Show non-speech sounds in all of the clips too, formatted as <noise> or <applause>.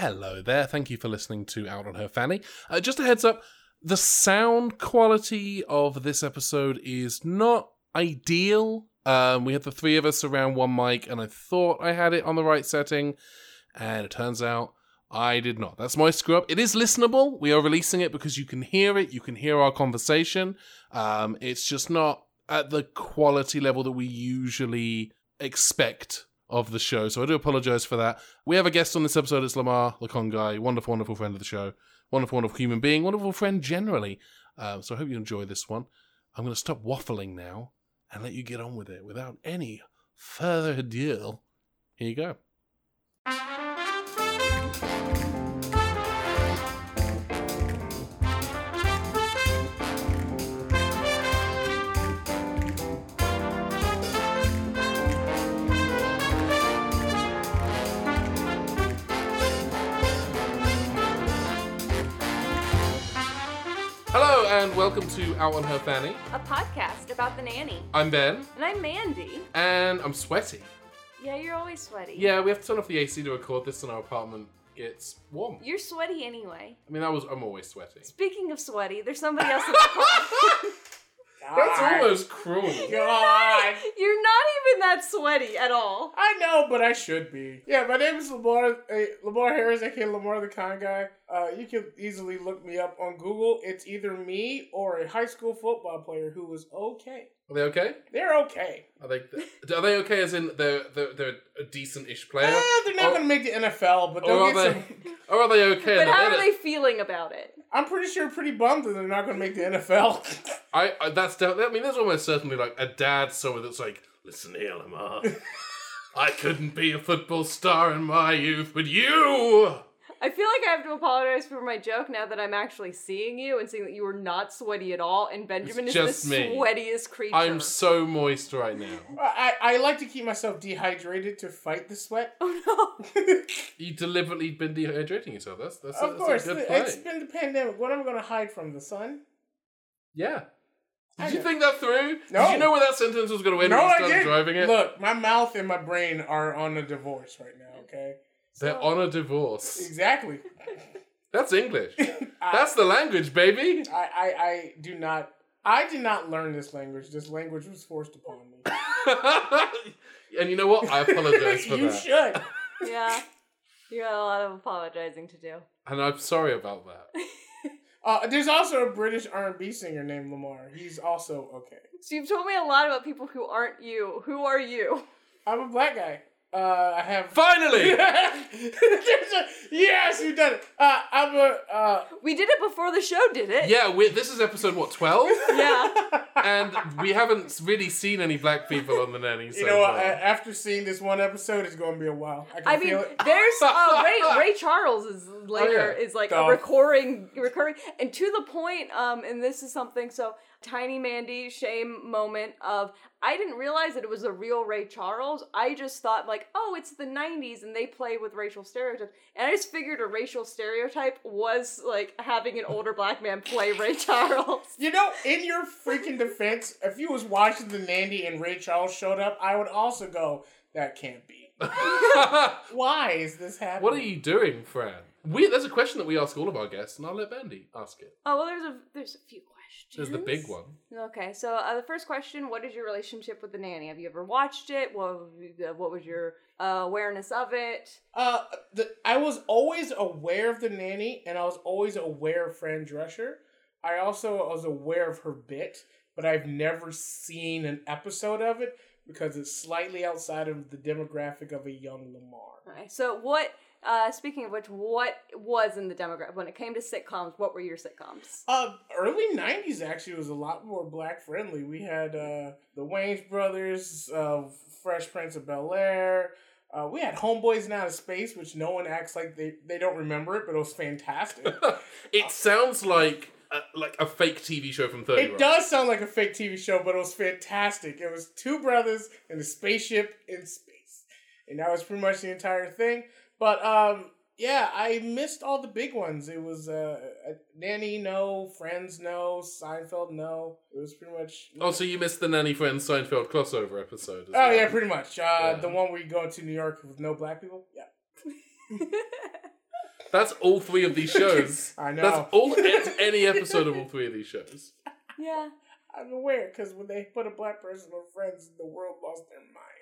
Hello there. Thank you for listening to Out on Her Fanny. Uh, just a heads up the sound quality of this episode is not ideal. Um, we had the three of us around one mic, and I thought I had it on the right setting, and it turns out I did not. That's my screw up. It is listenable. We are releasing it because you can hear it, you can hear our conversation. Um, it's just not at the quality level that we usually expect of the show. So I do apologize for that. We have a guest on this episode. It's Lamar, the con guy, wonderful, wonderful friend of the show, wonderful, wonderful human being, wonderful friend generally. Um, so I hope you enjoy this one. I'm going to stop waffling now and let you get on with it without any further ado. Here you go. Hello and welcome to Out on Her Fanny. a podcast about the nanny. I'm Ben And I'm Mandy. and I'm sweaty. Yeah, you're always sweaty. Yeah, we have to turn off the AC to record this in our apartment. It's warm. You're sweaty anyway. I mean, that was I'm always sweaty. Speaking of sweaty, there's somebody else <laughs> in the car. That's almost cruel. God. you're not even that sweaty at all. I know, but I should be. Yeah, my name is Lamar uh, Lamar Harris, aka Lamar the Con Guy. Uh, you can easily look me up on Google. It's either me or a high school football player who was okay. Are they okay? They're okay. Are they are they okay? As in they're they're, they're a decent-ish player, Eh, they're not Oh. going to make the NFL, but Oh, they'll are get they? some. or are they okay? but in the how are edit? they feeling about it? I'm pretty sure pretty bummed that they're not going to make the NFL. I, I that's definitely. I mean, there's almost certainly like a dad somewhere that's like, "Listen here, <laughs> Lamar, I couldn't be a football star in my youth, but you." I feel like I have to apologize for my joke now that I'm actually seeing you and seeing that you are not sweaty at all, and Benjamin It's is just the me. sweatiest creature. I'm so moist right now. <laughs> I, I like to keep myself dehydrated to fight the sweat. <laughs> <laughs> Oh no. You deliberately been dehydrating yourself. That's that's, of that's course, a good play. it's been the pandemic. What am I going to hide from the sun? Yeah. I Did you know. think that through? Did No. you know where that sentence was going to end No, when you I started didn't. driving it? Look, my mouth and my brain are on a divorce right now. Okay, They're on a divorce. <laughs> exactly. That's English. That's the language, baby. I, I, I do not. I did not learn this language. This language was forced upon me. <laughs> and you know what? I <laughs> apologize for you that. should. yeah. You got a lot of apologizing to do. And I'm sorry about that. Uh, there's also a British R&B singer named Lamar. He's also okay. So you've told me a lot about people who aren't you. Who are you? I'm a black guy. Uh, I have. Finally! <laughs> There's a- yes, you done it. Uh, I'm a. Uh, We did it before the show did it. Yeah, we this is episode, what, 12? <laughs> Yeah. And we haven't really seen any black people on the nanny. So you know, what? far. I, after seeing this one episode, it's going to be a while. I can I feel mean, it. there's uh, Ray, Ray Charles is later yeah. is like Duh. a recurring recurring and to the point. Um, and this is something so tiny Mandy shame moment of I didn't realize that it was a real Ray Charles. I just thought like, oh, it's the '90s and they play with racial stereotypes, and I just figured a racial stereotype was like having an older black man play Ray <laughs> Charles. You know, in your freaking defense, if you was watching the Nandy and Ray Charles showed up, I would also go, that can't be. <laughs> <laughs> Why is this happening? what are you doing, Fran? We, there's a question that we ask all of our guests, and I'll let Bandy ask it. Oh well, there's a there's a few questions. There's the big one. Okay, so uh, the first question: What is your relationship with the nanny? Have you ever watched it? What uh, What was your uh, awareness of it? Uh, the, I was always aware of the nanny, and I was always aware of Fran Drescher. I also was aware of her bit, but I've never seen an episode of it because it's slightly outside of the demographic of a young Lamar. Okay, so what? Uh, speaking of which, what was in the demographic when it came to sitcoms? What were your sitcoms? Uh, early '90s actually was a lot more black friendly. We had uh, the Wayne's Brothers, uh, Fresh Prince of Bel Air. Uh, we had Homeboys in Outer Space, which no one acts like they they don't remember it, but it was fantastic. It sounds like a, like a fake TV show from 30 It Rock. does sound like a fake TV show, but it was fantastic. It was two brothers in a spaceship in space. And that was pretty much the entire thing. But um yeah, I missed all the big ones. It was uh uh, Nanny no, Friends no, Seinfeld no. It was pretty much Oh, so you missed the Nanny Friends Seinfeld crossover episode. as Oh well. yeah, pretty much. Uh Yeah. the one where you go to New York with no black people. Yeah. That's all three of these <laughs> shows. I know. That's all. It's any episode of all three of these shows. Yeah. <laughs> I'm aware because when they put a black person on Friends, the world lost their mind.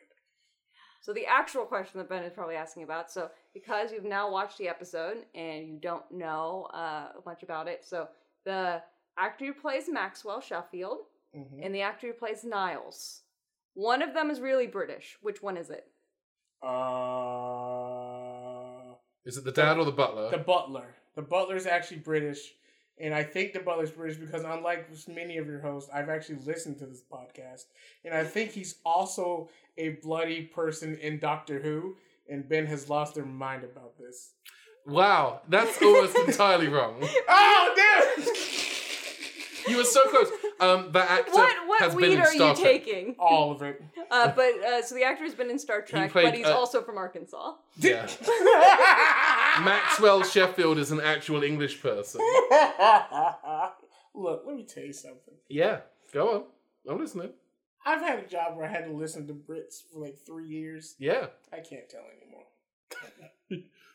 So the actual question that Ben is probably asking about. So because you've now watched the episode and you don't know uh, much about it, so the actor who plays Maxwell Sheffield Mm-hmm. and the actor who plays Niles, one of them is really British. Which one is it? Mm-hmm. Uh, Is it the dad or the butler? the Butler. The Butler's actually British, and I think the Butler's British because unlike many of your hosts, I've actually listened to this podcast, and I think he's also a bloody person in Doctor Who. And Ben has lost their mind about this. wow, that's almost entirely wrong. Oh, damn! You were so close. Um, that actor What has what been weed in are Star you Trek. taking? All of it. Uh, but uh, so the actor has been in Star Trek, played, but he's uh, also from Arkansas. <laughs> Yeah. Maxwell Sheffield is an actual English person. Look, let me tell you something. Yeah, go on. I'm listening. I've had a job where I had to listen to Brits for like three years. Yeah. I can't tell anymore.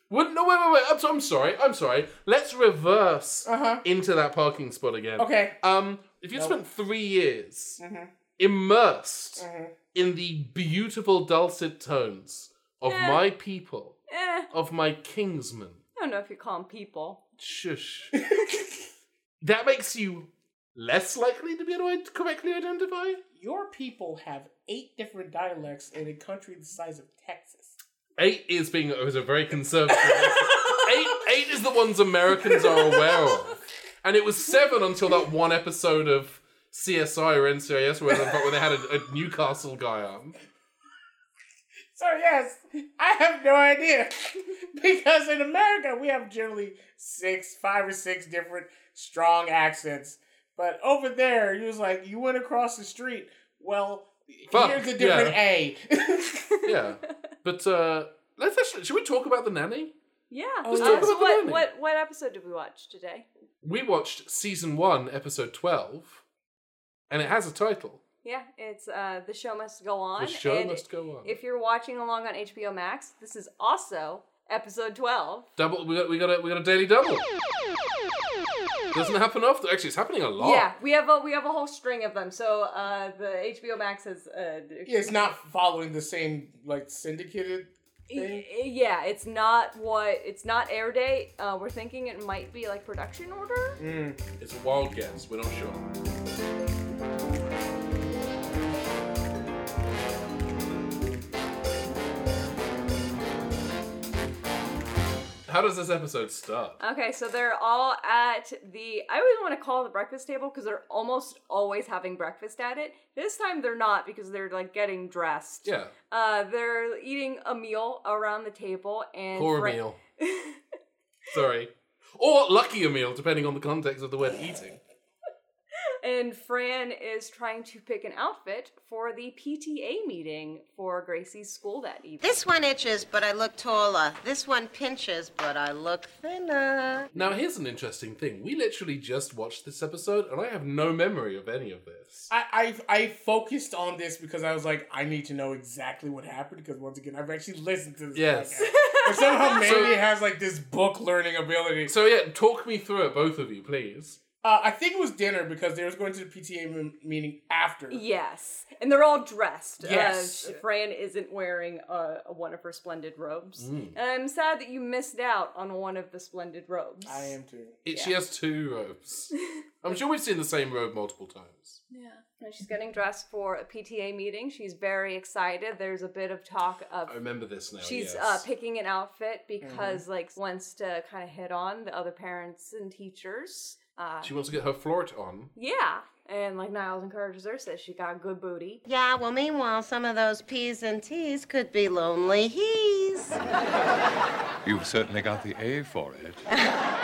What? No, wait, wait, wait. I'm, so- I'm sorry. I'm sorry. Let's reverse Uh huh. into that parking spot again. Okay. Um, if you No. spent three years Mhm. immersed Mhm. in the beautiful dulcet tones of Eh. my people, Eh, I of my kinsmen, don't know if you call them people. shush, that makes you less likely to be able to correctly identify. Your people have eight different dialects in a country the size of Texas. Eight is being is a very conservative. eight, eight is the ones Americans are aware of, and it was seven until that one episode of CSI or NCIS where they, where they had a, a Newcastle guy on. So yes, I have no idea <laughs> because in America we have generally six, five or six different strong accents. But over there, you was like you went across the street. Well, Fuck, here's a different A. <laughs> Yeah, but uh, let's actually should we talk about the nanny? Yeah. Let's Uh, talk so Oh, about the what, nanny. what what episode did we watch today? We watched season one, episode twelve, and it has a title. Yeah, it's uh, the show must go on. The show and must go on. If you're watching along on HBO Max, this is also episode twelve. double, we got, we got a we got a daily double. Doesn't happen often. Actually, it's happening a lot. Yeah, we have a we have a whole string of them. So uh, the HBO Max has uh, it's not following the same like syndicated y- thing. yeah, it's not what it's not air date. Uh, we're thinking it might be like production order. Mm. It's a wild guess. We're not sure. How does this episode start? Okay, so they're all at the I always want to call it the breakfast table because they're almost always having breakfast at it. This time they're not because they're like getting dressed. Yeah, Uh, they're eating a meal around the table and poor Fra- meal. Sorry. Or lucky meal, depending on the context of the word eating. and Fran is trying to pick an outfit for the PTA meeting for Gracie's school that evening. This one itches, but I look taller. This one pinches, but I look thinner. Now, here's an interesting thing. We literally just watched this episode, and I have no memory of any of this. I, I I focused on this because I was like, I need to know exactly what happened because once again, I've actually listened to this. Yes. podcast. But <laughs> somehow So- Mandy has like this book learning ability. So, yeah, talk me through it, both of you, please. Uh, I think it was dinner because they was going to the PTA m- meeting after. Yes, and they're all dressed. Yes. uh, Fran isn't wearing uh, one of her splendid robes, Mm. and I'm sad that you missed out on one of the splendid robes. I am too. It, She has two robes. I'm sure we've seen the same robe multiple times. Yeah. And she's getting dressed for a PTA meeting. She's very excited. There's a bit of talk of I remember this now. she's yes. uh, picking an outfit because like wants to kind of hit on the other parents and teachers. Uh, She wants to get her flirt on. yeah. And like Niles encourages her, says she got good booty. Yeah, well, meanwhile, some of those P's and T's could be lonely he's. You've certainly got the A for it.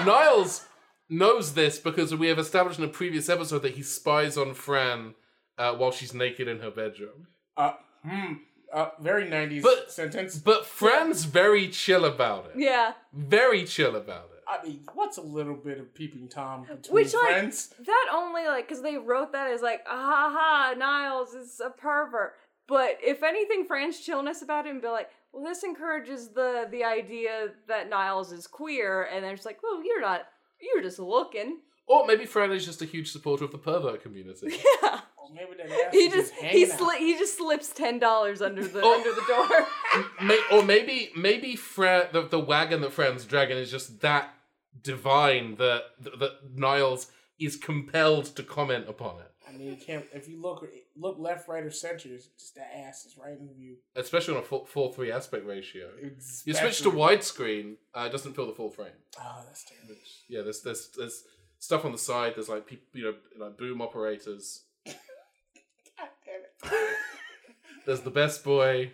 Niles knows this because we have established in a previous episode that he spies on Fran uh, while she's naked in her bedroom. Uh, hmm. Uh, very 90s But- sentence. But Fran's very chill about it. Yeah. Very chill about it. I mean, what's a little bit of peeping Tom between Which like friends? that only like because they wrote that as like ah, ha ha Niles is a pervert. But if anything, Fran's chillness about it and be like, well, this encourages the the idea that Niles is queer, and they're just like, well, you're not, you're just looking. Or maybe Fred is just a huge supporter of the pervert community. Yeah. Or Oh, maybe that ass He is just he hanging sli- he just slips ten dollars under the Oh. under the door. <laughs> May- or maybe maybe Fred the, the wagon that Fred's dragon is just that divine that that, that Niles is compelled to comment upon it, out. I mean, you can't. If you look look left, right, or center, it's just that ass is right in view. especially on a four, four three aspect ratio. You switch to Especially- widescreen, uh, it doesn't fill the full frame. Oh, that's terrible. Which, yeah, there's there's there's stuff on the side. There's like peop you know like boom operators. God damn it. There's the best boy.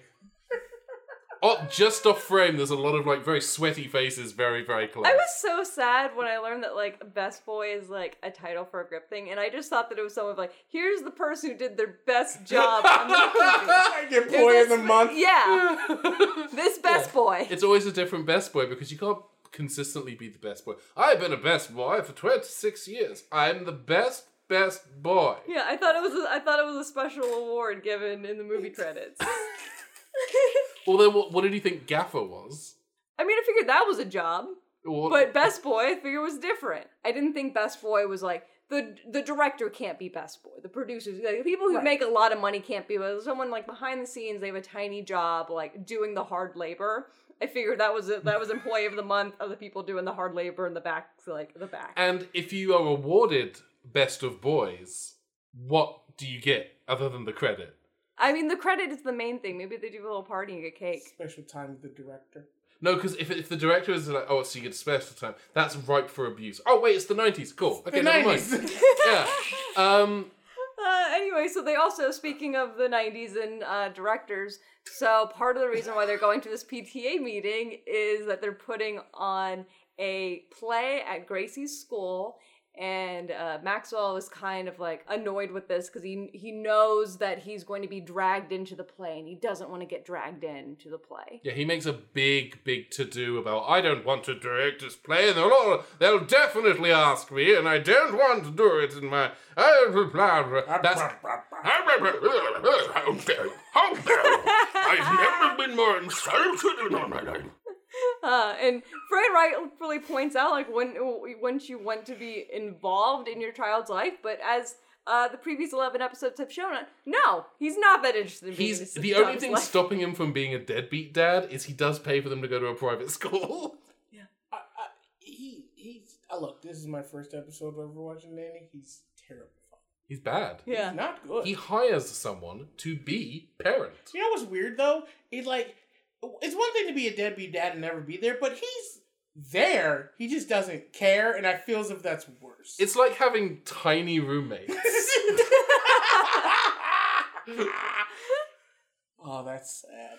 Oh, just off frame, there's a lot of like very sweaty faces, very very close. I was so sad when I learned that like best boy is like a title for a grip thing, and I just thought that it was someone like here's the person who did their best <laughs> job. on the Like employee of the month. movie." yeah, this best boy. It's always a different best boy because you can't consistently be the best boy. I've been a best boy for 26 years. I'm the best, best boy. Yeah, I thought it was a, I thought it was a special award given in the movie <laughs> credits. Well, then what, what did you think Gaffer was? I mean, I figured that was a job. Or- But Best Boy, I figure was different. I didn't think Best Boy was like the the director can't be Best Boy. The producers, like, the people who make a lot of money can't be. But someone like behind the scenes, they have a tiny job, like doing the hard labor. I figured that was it. That was employee of the month of the people doing the hard labor in the back, like the back. and if you are awarded best of boys, what do you get other than the credit? I mean, the credit is the main thing. Maybe they do a little party and get cake. Special time with the director. No, because if, if the director is like, oh, so you get special time, that's ripe for abuse. Oh, wait, it's the 90s. Cool. Okay, The never mind. nineties. yeah. Um, Uh, anyway, so they also, speaking of the 90s and uh, directors, so part of the reason why they're going to this PTA meeting is that they're putting on a play at Gracie's school. And uh, Maxwell is kind of like annoyed with this because he he knows that he's going to be dragged into the play, and he doesn't want to get dragged into the play. Yeah, he makes a big, big to do about I don't want to direct this play, and they'll all, they'll definitely ask me, and I don't want to do it in my. Uh, blah, blah, blah. <laughs> <laughs> That's. How dare you? How dare you? I've never been more insulted in all my life. Uh, and Fred rightfully points out, like, when once you want to be involved in your child's life, but as uh, the previous eleven episodes have shown, no, he's not that interested in being in He's his the only child's thing life. stopping him from being a deadbeat dad is he does pay for them to go to a private school. <laughs> I, I, he he's. Uh, look, this is my first episode of watching Danny. He's terrible. He's bad. <laughs> yeah, He's not good. He hires someone to be parent. You know what's weird though? It's like it's one thing to be a deadbeat dad and never be there, but he's there. He just doesn't care, and I feel as if that's worse. <laughs> It's like having tiny roommates. oh, that's sad.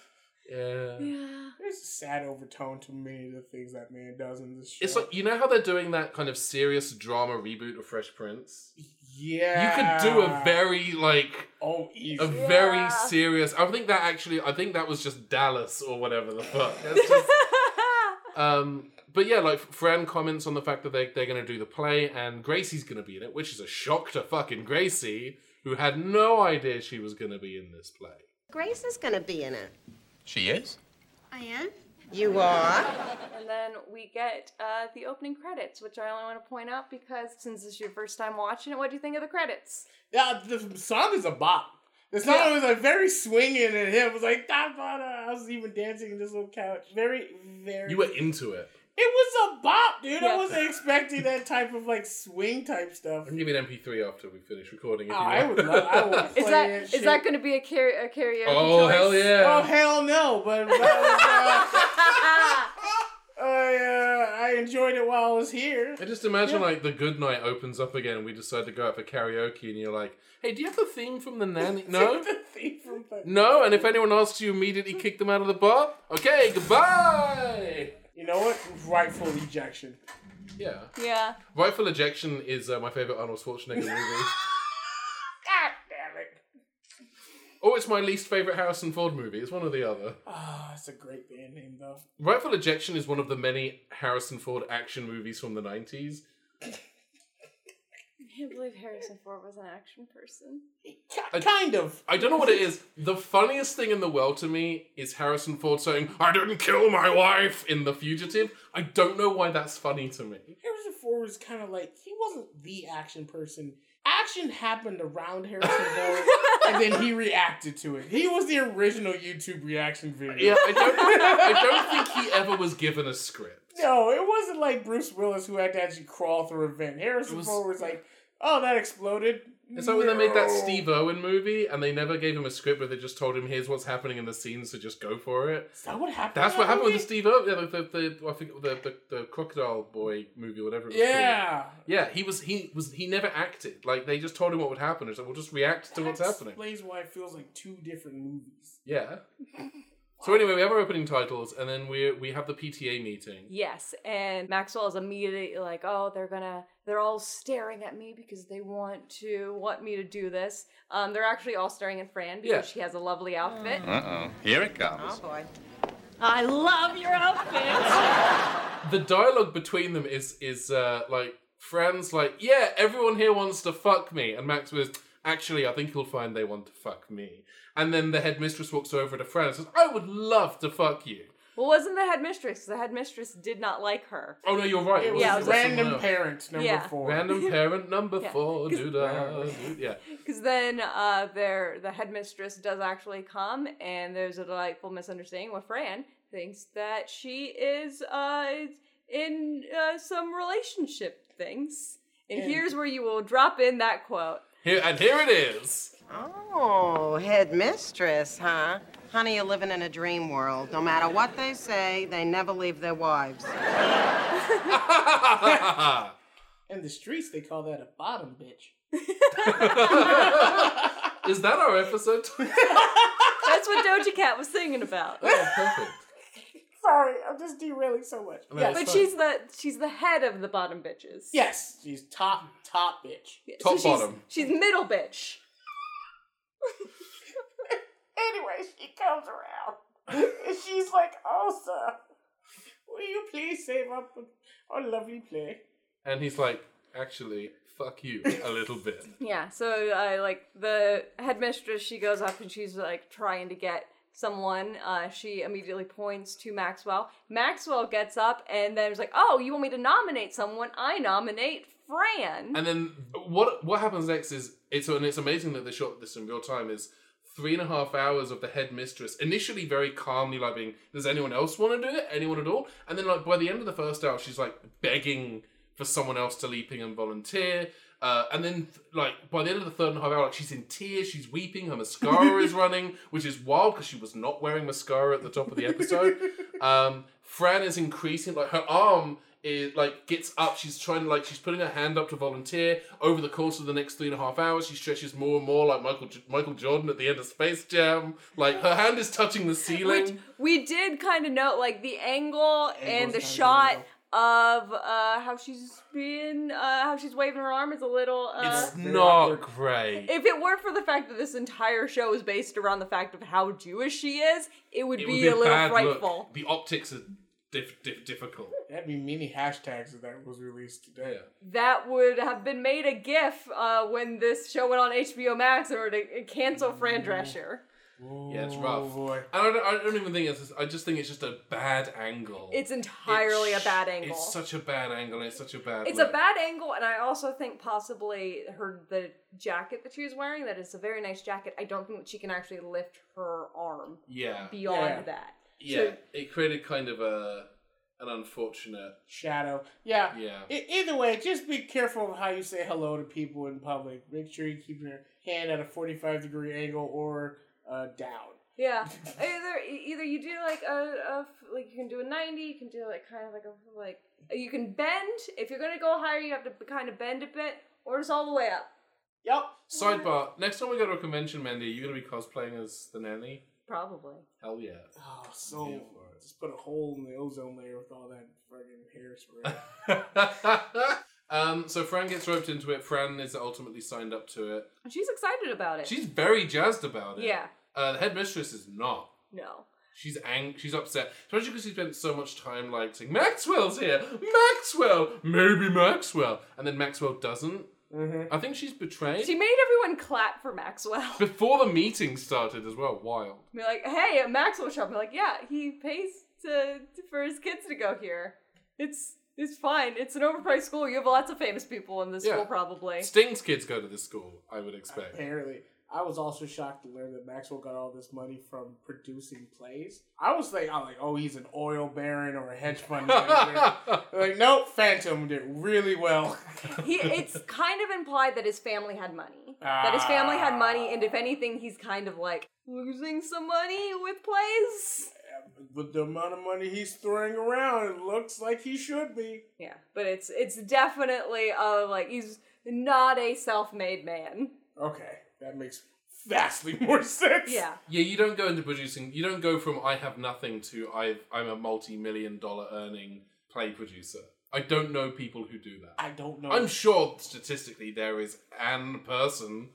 Yeah. yeah. There's a sad overtone to many of the things that man does in this show. It's like you know how they're doing that kind of serious drama reboot of Fresh Prince. yeah, You could do a very like oh a easy. very Yeah. serious. I think that actually, I think that was just Dallas or whatever the fuck. That's just- <laughs> um, but yeah, like Fran comments on the fact that they they're going to do the play and Gracie's going to be in it, which is a shock to fucking Gracie, who had no idea she was going to be in this play. Grace is gonna be in it. She is? I am? You are? <laughs> and then we get uh, the opening credits, which I only want to point out because since this is your first time watching it, what do you think of the credits? Yeah, the song is a bop. The song was like very swinging, and him was like, "Da, da, da." I was even dancing in this little couch. Very, very. You were into it. It was a bop, dude. I Yeah. wasn't expecting that type of like swing type stuff. I can give you an MP3 after we finish recording. If Oh, you I want. would love. I would play Is that is shit. that going to be a, kara- a karaoke? <laughs> oh choice? hell Oh yeah! hell no! But but, uh, <laughs> I uh, I enjoyed it while I was here. I just imagine Yeah. like the good night opens up again and we decide to go out for karaoke and you're like, hey, do you have the theme from the nanny? <laughs> No? The theme from the- no? And if anyone asks you immediately kick them out of the bar? Okay, goodbye! You know what? Rightful rejection. Yeah. Yeah. Rightful Ejection is uh, my favourite Arnold Schwarzenegger movie. God damn it! or Oh, it's my least favourite Harrison Ford movie. It's one or the other. Ah, it's a great band name though. Rightful Ejection is one of the many Harrison Ford action movies from the 90s. can't believe Harrison Ford was an action person. I- kind of. I don't know what it is. The funniest thing in the world to me is Harrison Ford saying, I didn't kill my wife in The Fugitive. I don't know why that's funny to me. Harrison Ford was kind of like he wasn't the action person. Action happened around <laughs> Harrison Ford, and then he reacted to it. He was the original YouTube reaction video. Yeah, I don't, I don't think he ever was given a script. No, it wasn't like Bruce Willis who had to actually crawl through a vent. Harrison It was- Ford was like, "Oh, that exploded." It's like when they made that No. Steve Irwin movie and they never gave him a script, but they just told him, here's what's happening in the scene, so just go for it. Is that what happened? That's in what that happened with the movie? Steve Irwin, yeah, the, the, the, I think the, the, the Crocodile Boy movie, whatever it was called. Yeah. Yeah, he was he was he never acted. Like they just told him what would happen. It's like we'll just react to what's That happening. Explains why it feels like two different movies. Yeah. So anyway, we have our opening titles, and then we we have the PTA meeting. Yes, and Maxwell is immediately like, "Oh, they're gonna, they're all staring at me because they want to want me to do this." Um, they're actually all staring at Fran because Yeah. she has a lovely outfit. Uh-oh. Here it Oh, comes. boy. I love your outfit. The dialogue between them is is uh, like Fran's like, yeah, everyone here wants to fuck me, and Max was actually, I think you'll find they want to fuck me. And then the headmistress walks over to Fran and says, I would love to fuck you. well, wasn't the headmistress? The headmistress did not like her. Oh no, you're right. It was Yeah, it yeah, was random parent number Yeah. four. <laughs> Random parent number Yeah. four. 'Cause- Doo-da, doo- yeah. Because then, uh, their the headmistress does actually come, and there's a delightful misunderstanding where Fran thinks that she is uh in uh, some relationship things. And And- here's where you will drop in that quote. Here and here it <laughs> is. <laughs> Oh, headmistress, huh? Honey, you're living in a dream world. No matter what they say, they never leave their wives. In the streets, they call that a bottom bitch. is that our episode? <laughs> That's what Doja Cat was singing about. oh, perfect. Sorry, I'm just derailing so much. No, Yes. it's But fine. she's the she's the head of the bottom bitches. yes, she's top top bitch. So Top she's- bottom. She's middle bitch. <laughs> Anyway, she comes around. and she's like, "Oh, sir, will you please save up our lovely play?" And he's like, actually, fuck you a little bit. Yeah, so uh, like the headmistress, she goes up and she's like trying to get someone. Uh, she immediately points to Maxwell. Maxwell gets up and then is like, "Oh, you want me to nominate someone? I nominate Fran." And then what what happens next is it's and it's amazing that they shot this in real time is three and a half hours of the headmistress initially very calmly like being does anyone else want to do it anyone at all and then like by the end of the first hour she's like begging for someone else to leap in and volunteer uh, and then like by the end of the third and a half hour like she's in tears she's weeping her mascara is running which is wild because she was not wearing mascara at the top of the episode um, Fran is increasing, like her arm is like gets up. She's trying to like she's putting her hand up to volunteer. Over the course of the next three and a half hours, she stretches more and more, like Michael J- Michael Jordan at the end of Space Jam. Like her hand is touching the ceiling. Which we did kind of note, like the angle and Angle's the kinda shot illegal. of uh, how she's been, uh, how she's waving her arm is a little. Uh, it's Very not awkward. great. if it weren't for the fact that this entire show is based around the fact of how Jewish she is, it would, It be, would a little bad look. frightful. The optics are diff- diff- difficult. That'd be many hashtags if that was released Yeah. today. that would have been made a GIF uh, when this show went on HBO Max in order to cancel Fran Drescher. Yeah, it's Oh, rough. boy. And I don't, I don't even think it's. I just think it's just a bad angle. It's entirely It's- a bad angle. It's such a bad angle. And it's such a bad. It's a look. bad angle, and I also think possibly her the jacket that she was wearing that is a very nice jacket. I don't think that she can actually lift her arm Yeah. beyond Yeah. that. Yeah, it created kind of a an unfortunate. Shadow. Yeah. Yeah. E- either way, just be careful of how you say hello to people in public. Make sure you keep your hand at a 45 degree angle or uh, down. <laughs> Yeah, either e, either you do like a, a f- like you can do a ninety, you can do like kind of like a like you can bend if you're gonna go higher, you have to kind of bend a bit, or just all the way up. Yep. Sidebar: Next time we go to a convention, Mandy, you're gonna be cosplaying as the nanny. Probably. Hell yeah! <laughs> Oh, Yeah, so for it. just put a hole in the ozone layer with all that fucking hairspray. um, so Fran gets roped into it. Fran is ultimately signed up to it. And she's excited about it. She's very jazzed about it. yeah. Uh, the headmistress is not. No. She's ang. She's upset, especially because she spent so much time like saying Maxwell's here, Maxwell, maybe Maxwell, and then Maxwell doesn't. I think she's betrayed. She made everyone clap for Maxwell. <laughs> Before the meeting started as well, wild. Be like, hey, at Maxwell shop. Be like, yeah, he pays to, for his kids to go here. It's it's fine. It's an overpriced school. You have lots of famous people in this Yeah. school, probably. Sting's kids go to this school, I would expect. Apparently, I was also shocked to learn that Maxwell got all this money from producing plays. I was like, I'm like, oh, he's an oil baron or a hedge <laughs> fund manager. like, nope, Phantom did really well. he it's kind of implied that his family had money. That his family had money, and if anything, he's kind of like losing some money with plays. With the amount of money he's throwing around, it looks like he should be. Yeah, but it's it's definitely uh like he's not a self-made man. Okay, that makes vastly <laughs> more sense. Yeah. Yeah, you don't go into producing. You don't go from I have nothing to I've, I'm a multi-million dollar earning play producer. I don't know people who do that. I don't know. I'm sure statistically there is an person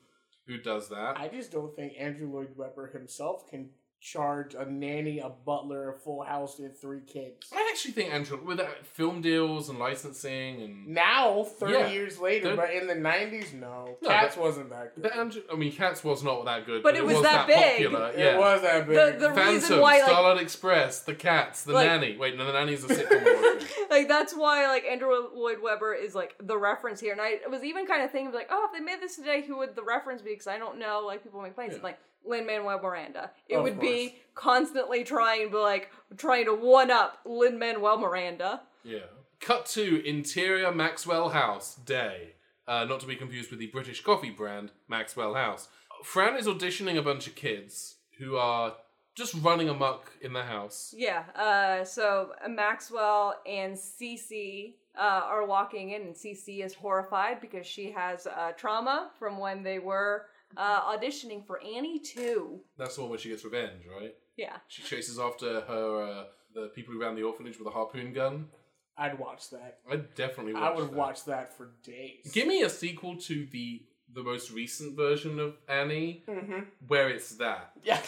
who does that. I just don't think Andrew Lloyd Webber himself can charge a nanny, a butler, a full house, and three kids. I actually think Andrew, with uh, film deals and licensing and Now, 30 Yeah. years later, They're- but in the 90s, no. No, Cats but- wasn't that good. the Andrew, I mean, Cats was not that good, But it was that big. popular. it Yeah. was that big. The the Phantom, reason why like Starlight Express, The Cats, The Like- Nanny. Wait, no, The Nanny's a sitcom. we're <laughs> watching. like that's why like Andrew Lloyd Webber is like the reference here, and I was even kind of thinking like, oh, if they made this today, who would the reference be? Because I don't know, like people make plays Yeah. and like Lin Manuel Miranda. It Of would be constantly trying to like trying to one up Lin Manuel Miranda. Yeah. Cut to interior Maxwell House day. Uh, not to be confused with the British coffee brand Maxwell House. Fran is auditioning a bunch of kids who are just running amok in the house. Yeah. Uh, so Maxwell and Cece uh, are walking in, and Cece is horrified because she has uh, trauma from when they were uh, auditioning for Annie Two. That's the one where she gets revenge, right? Yeah. She chases after her uh, the people who ran the orphanage with a harpoon gun. I'd watch that. I definitely. I watch would that. watch that for days. Give me a sequel to the the most recent version of Annie, Mm-hmm. where it's that, Yeah.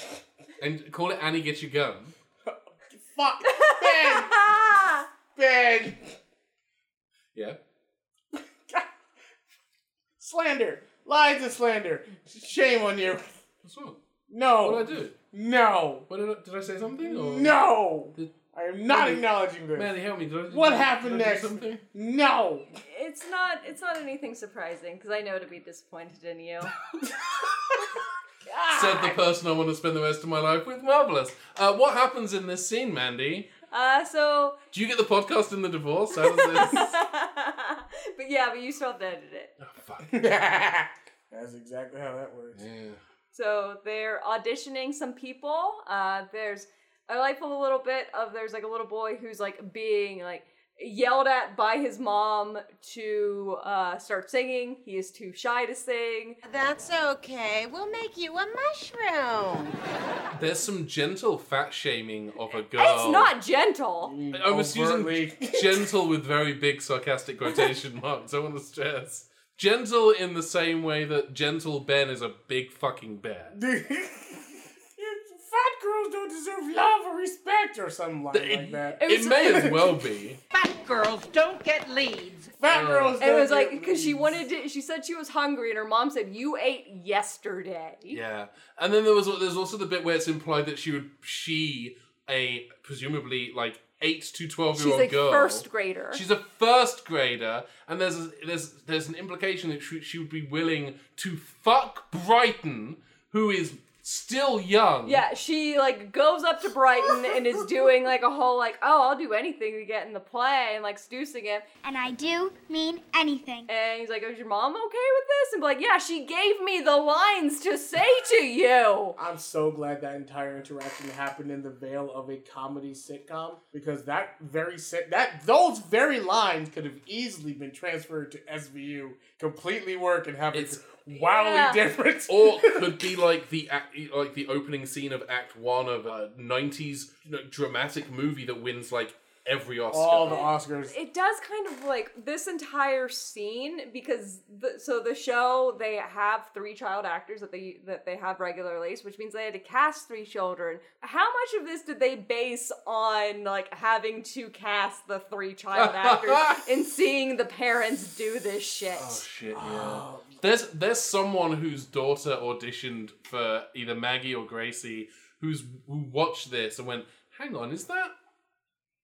and call it Annie Get Your Gun. Fuck. Ben! <laughs> <laughs> Ah! Ben! Yeah. Slander. Lies and slander. Shame on you. What's wrong? No. What did I do? No. What did I, did I say something? Or? No. Did- I am not Mandy- acknowledging this. Mandy, help me. Did I, What did I- happened did I do next? Something? No. It's not. It's not anything surprising because I know to be disappointed in you. <laughs> Said the person I want to spend the rest of my life with. Marvelous. Uh, what happens in this scene, Mandy? Uh, so, <laughs> Do you get the podcast in the divorce? How does this? <laughs> but yeah, but you still have to edit it. Oh, fuck. <laughs> That's exactly how that works. Yeah. So they're auditioning some people. Uh, there's I like a little bit of there's like a little boy who's like being like yelled at by his mom to uh, start singing. He is too shy to sing. That's okay. We'll make you a mushroom. There's some gentle fat shaming of a girl. It's not gentle. I was Overtly. using gentle with very big sarcastic <laughs> quotation marks. I want to stress. Gentle in the same way that gentle Ben is a big fucking bear. <laughs> Fat girls don't deserve love or respect or something like, like that. It was- It may as well be. Fat girls don't get leads. Fat girls. It don't was like get because she leads. wanted to. She said she was hungry, and her mom said, "You ate yesterday." Yeah, and then there was there's also the bit where it's implied that she would she a presumably like eight to twelve She's year a old girl. first grader. She's a first grader, and there's a, there's there's an implication that she, she would be willing to fuck Brighton, who is still young. yeah, she like goes up to Brighton and is doing like a whole like, oh, I'll do anything to get in the play and like seducing him. And I do mean anything. And he's like, is your mom okay with this? And be like, yeah, she gave me the lines to say to you. I'm so glad that entire interaction happened in the veil of a comedy sitcom because that very sit that those very lines could have easily been transferred to SVU, completely work and have It's- it wildly Yeah. different. Or could be like the act, like the opening scene of Act One of a '90s you know, dramatic movie that wins like every Oscar. <laughs> All Oh, the Oscars. it does kind of like this entire scene because the, so the show they have three child actors that they that they have regularly which means they had to cast three children how much of this did they base on like having to cast the <laughs> three child actors and seeing the parents do this shit Oh shit! Yeah. There's there's someone whose daughter auditioned for either Maggie or Gracie who's who watched this and went, "Hang on, is that?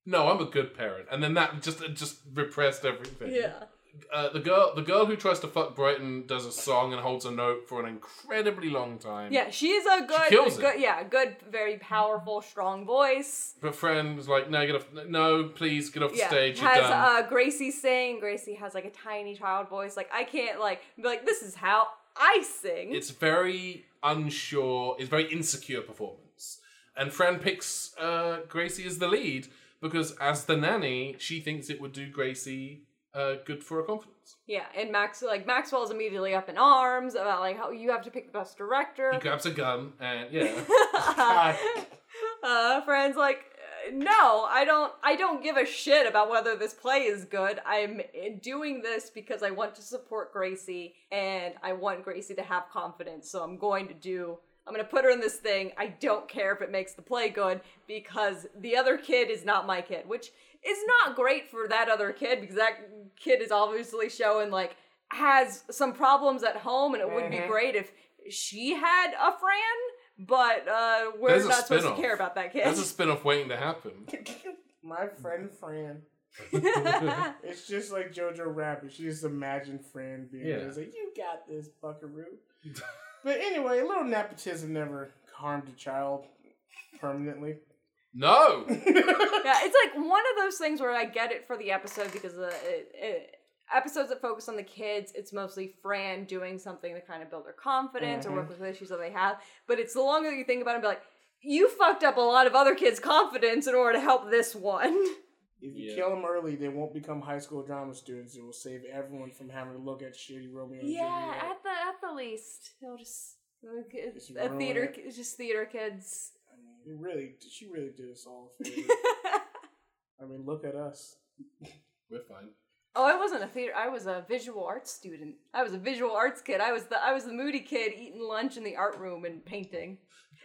No, I'm a good parent." And then that just it just repressed everything. yeah Uh, the girl the girl who tries to fuck Brighton does a song and holds a note for an incredibly long time. yeah she's a good kills it. good yeah good very powerful strong voice But friend was like, "No, get off! No, please get off the yeah stage. You're has done." uh gracie sing gracie has like a tiny child voice like i can't like be like this is how i sing it's very unsure, it's very insecure performance. And Fran picks uh, Gracie as the lead because, as the nanny, she thinks it would do Gracie uh, good for her confidence. Yeah, and Max like Maxwell's immediately up in arms about like how you have to pick the best director. He grabs a gun and yeah, God. uh, friends like uh, no, I don't I don't give a shit about whether this play is good. I'm doing this because I want to support Gracie and I want Gracie to have confidence. So I'm going to do I'm going to put her in this thing. I don't care if it makes the play good because the other kid is not my kid, which is not great for that other kid because that kid is obviously showing like has some problems at home and it would be Mm-hmm. great if she had a Fran, but uh, we're There's a not supposed to spin-off. care about that kid. there's <laughs> a spin off waiting to happen. <laughs> <laughs> My friend Fran. it's just like Jojo Rabbit. She just imagined Fran being there. Yeah. It's like, you got this, buckaroo. but anyway, a little nepotism never harmed a child permanently. <laughs> No! yeah, it's like one of those things where I get it for the episode because the it, it, episodes that focus on the kids, it's mostly Fran doing something to kind of build her confidence or work with the issues that they have. But it's the longer that you think about it, and be like, you fucked up a lot of other kids' confidence in order to help this one. If you Yeah. kill 'em kill them early, they won't become high school drama students. It will save everyone from having to look at shitty Romeo <laughs> and Yeah, Juliet. at the at the least, they'll just it's Just a ruin theater, it. ki- it's just theater <laughs> kids. It really, she really did us all a <laughs> favor. I mean, look at us. We're fine. Oh, I wasn't a theater. I was a visual arts student. I was a visual arts kid. I was the I was the moody kid eating lunch in the art room and painting.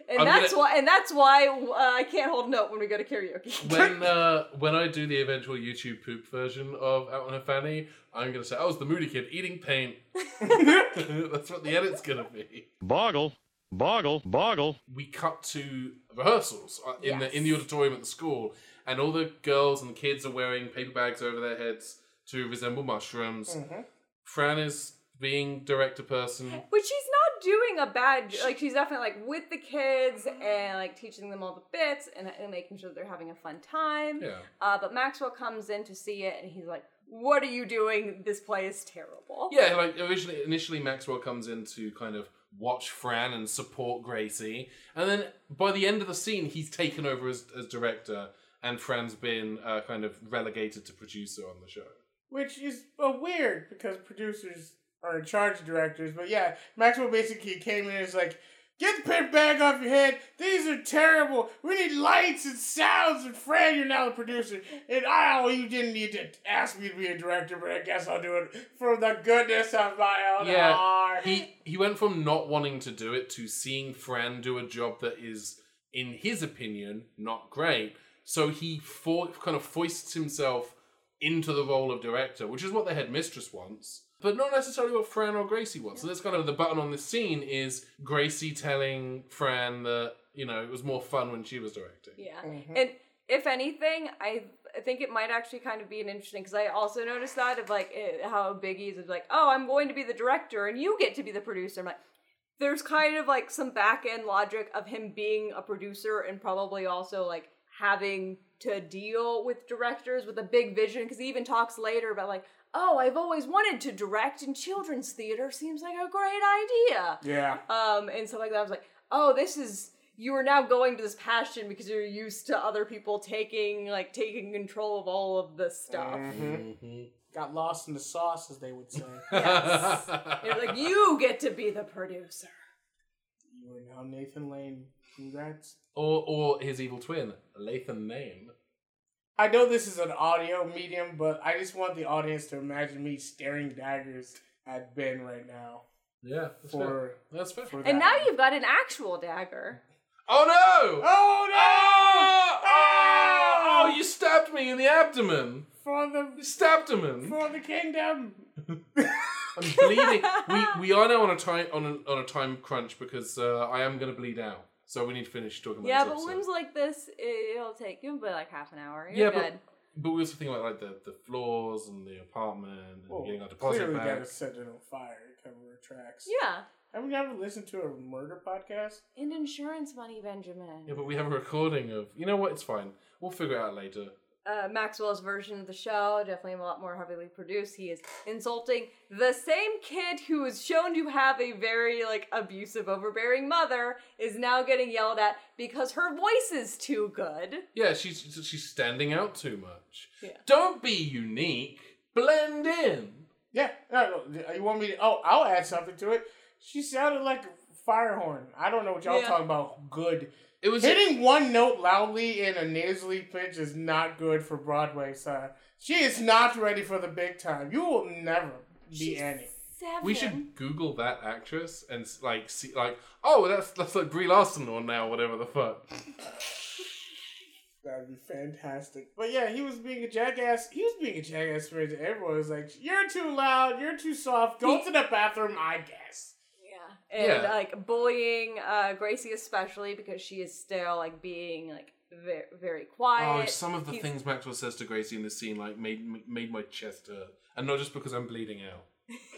And I'm that's gonna- why and that's why uh, I can't hold a note when we go to karaoke. <laughs> When uh, when I do the eventual YouTube poop version of Out on a Fanny, I'm gonna say, I was the moody kid eating paint. <laughs> That's what the edit's gonna be. Boggle, boggle, boggle. we cut to rehearsals uh, in Yes. the in the auditorium at the school, and all the girls and kids are wearing paper bags over their heads to resemble mushrooms. Fran is being director person. But she's not doing a bad j- like she's definitely like with the kids and like teaching them all the bits and, and making sure they're having a fun time. Yeah. Uh, but Maxwell comes in to see it and he's like, "What are you doing? This play is terrible." Yeah, like originally, initially Maxwell comes in to kind of watch Fran and support Gracie, and then by the end of the scene, he's taken over as, as director, and Fran's been uh, kind of relegated to producer on the show. Which is uh, weird because producers are in charge of directors. But yeah, Maxwell basically came in and was like, Get the paper bag off your head. These are terrible. We need lights and sounds. And Fran, you're now the producer. And oh, you didn't need to ask me to be a director, but I guess I'll do it for the goodness of my own Yeah, heart. he he went from not wanting to do it to seeing Fran do a job that is, in his opinion, not great. So he for, kind of foists himself into the role of director, which is what the headmistress wants, but not necessarily what Fran or Gracie wants. So that's kind of the button on this scene is Gracie telling Fran that you know it was more fun when she was directing. <laughs> Yeah. And if anything, I I think it might actually kind of be an interesting because I also noticed that of like it, how Biggie's is like, oh, I'm going to be the director and you get to be the producer. I'm like, there's kind of like some back end logic of him being a producer and probably also like having to deal with directors with a big vision because he even talks later about like, oh, I've always wanted to direct and children's theater seems like a great idea yeah. um, and stuff like that. I was like, oh, this is you are now going to this passion because you're used to other people taking like taking control of all of this stuff. Mm. Got lost in the sauce, as they would say. <laughs> Yes. <laughs> You're like you get to be the producer. you are now Nathan Lane. Congrats. Or or his evil twin, Lathan Name. I know this is an audio medium, but I just want the audience to imagine me staring daggers at Ben right now. Yeah, that's fair. For, That's fair. for And now that. you've got an actual dagger. Oh no! Ah! Oh no! Ah! Oh, you stabbed me in the abdomen. For the You stabbed him. for the kingdom. I'm bleeding. we we are now on a time on a, on a time crunch because uh, I am going to bleed out. So we need to finish talking about. Yeah, this but episode. limbs like this, it'll take you but like half an hour. You're Yeah, but- good. But we also think about like the, the floors and the apartment and Well, getting our deposit clearly back. gotta set it on fire to cover our tracks. Yeah. Have we ever listened to a murder podcast? And insurance money, Benjamin. Yeah, but we have a recording of. You know what? It's fine. We'll figure it out later. uh, Maxwell's version of the show, definitely a lot more heavily produced. He is insulting the same kid who is shown to have a very like abusive, overbearing mother is now getting yelled at because her voice is too good. Yeah, she's she's standing out too much. Yeah. Don't be unique. Blend in. Yeah. No, no, you want me to? Oh, I'll add something to it. She sounded like a fire horn. I don't know what y'all Yeah. talking about. Good. It was Hitting one note loudly in a nasally pitch is not good for Broadway, son. She is not ready for the big time. You will never be Annie. Seven. We should Google that actress and s- like see like oh that's that's like Brie Larson or now whatever the fuck. That'd be fantastic. But yeah, he was being a jackass. He was being a jackass friend to everyone. He was like, "You're too loud. You're too soft. Go to the bathroom, I guess." Yeah. And Yeah. like bullying uh, Gracie especially because she is still like being like very, very Oh, quiet. some of the He's- things Maxwell says to Gracie in this scene like made made my chest hurt, and not just because I'm bleeding out.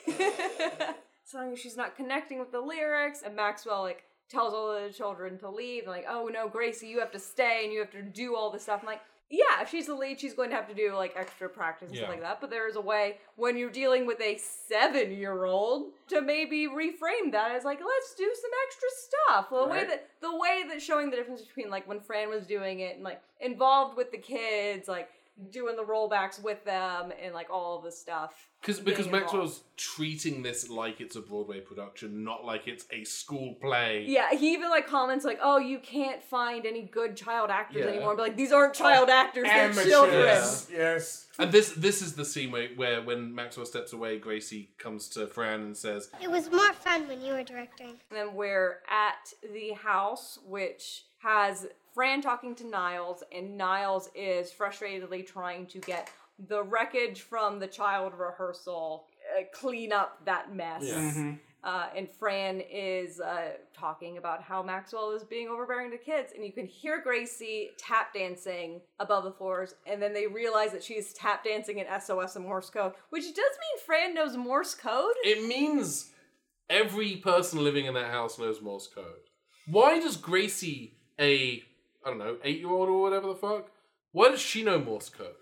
as long as she's not connecting with the lyrics and maxwell like tells all the children to leave and like oh no gracie you have to stay and you have to do all this stuff i'm like yeah if she's the lead she's going to have to do like extra practice and Yeah. stuff like that but there is a way when you're dealing with a seven year old to maybe reframe that as like let's do some extra stuff the way Right. that the way that showing the difference between like when fran was doing it and like involved with the kids like doing the rollbacks with them and like all of the stuff Because because involved. Maxwell's treating this like it's a Broadway production, not like it's a school play. Yeah, he even like comments like, "Oh, you can't find any good child actors Yeah. anymore." But like, these aren't child actors; they're Amateurs. children. Yeah. Yes. And this this is the scene where, where when Maxwell steps away, Gracie comes to Fran and says, It was more fun when you were directing. And then we're at the house, which has Fran talking to Niles, and Niles is frustratedly trying to get the wreckage from the child rehearsal uh, clean up that mess. Uh, and Fran is uh, talking about how Maxwell is being overbearing to kids, and you can hear Gracie tap dancing above the floors, and then they realize that she's tap dancing in SOS and Morse code, which does mean Fran knows Morse code. "It means every person living in that house knows Morse code. Why does Gracie, a I don't know, eight year old or whatever the fuck, why does she know Morse code?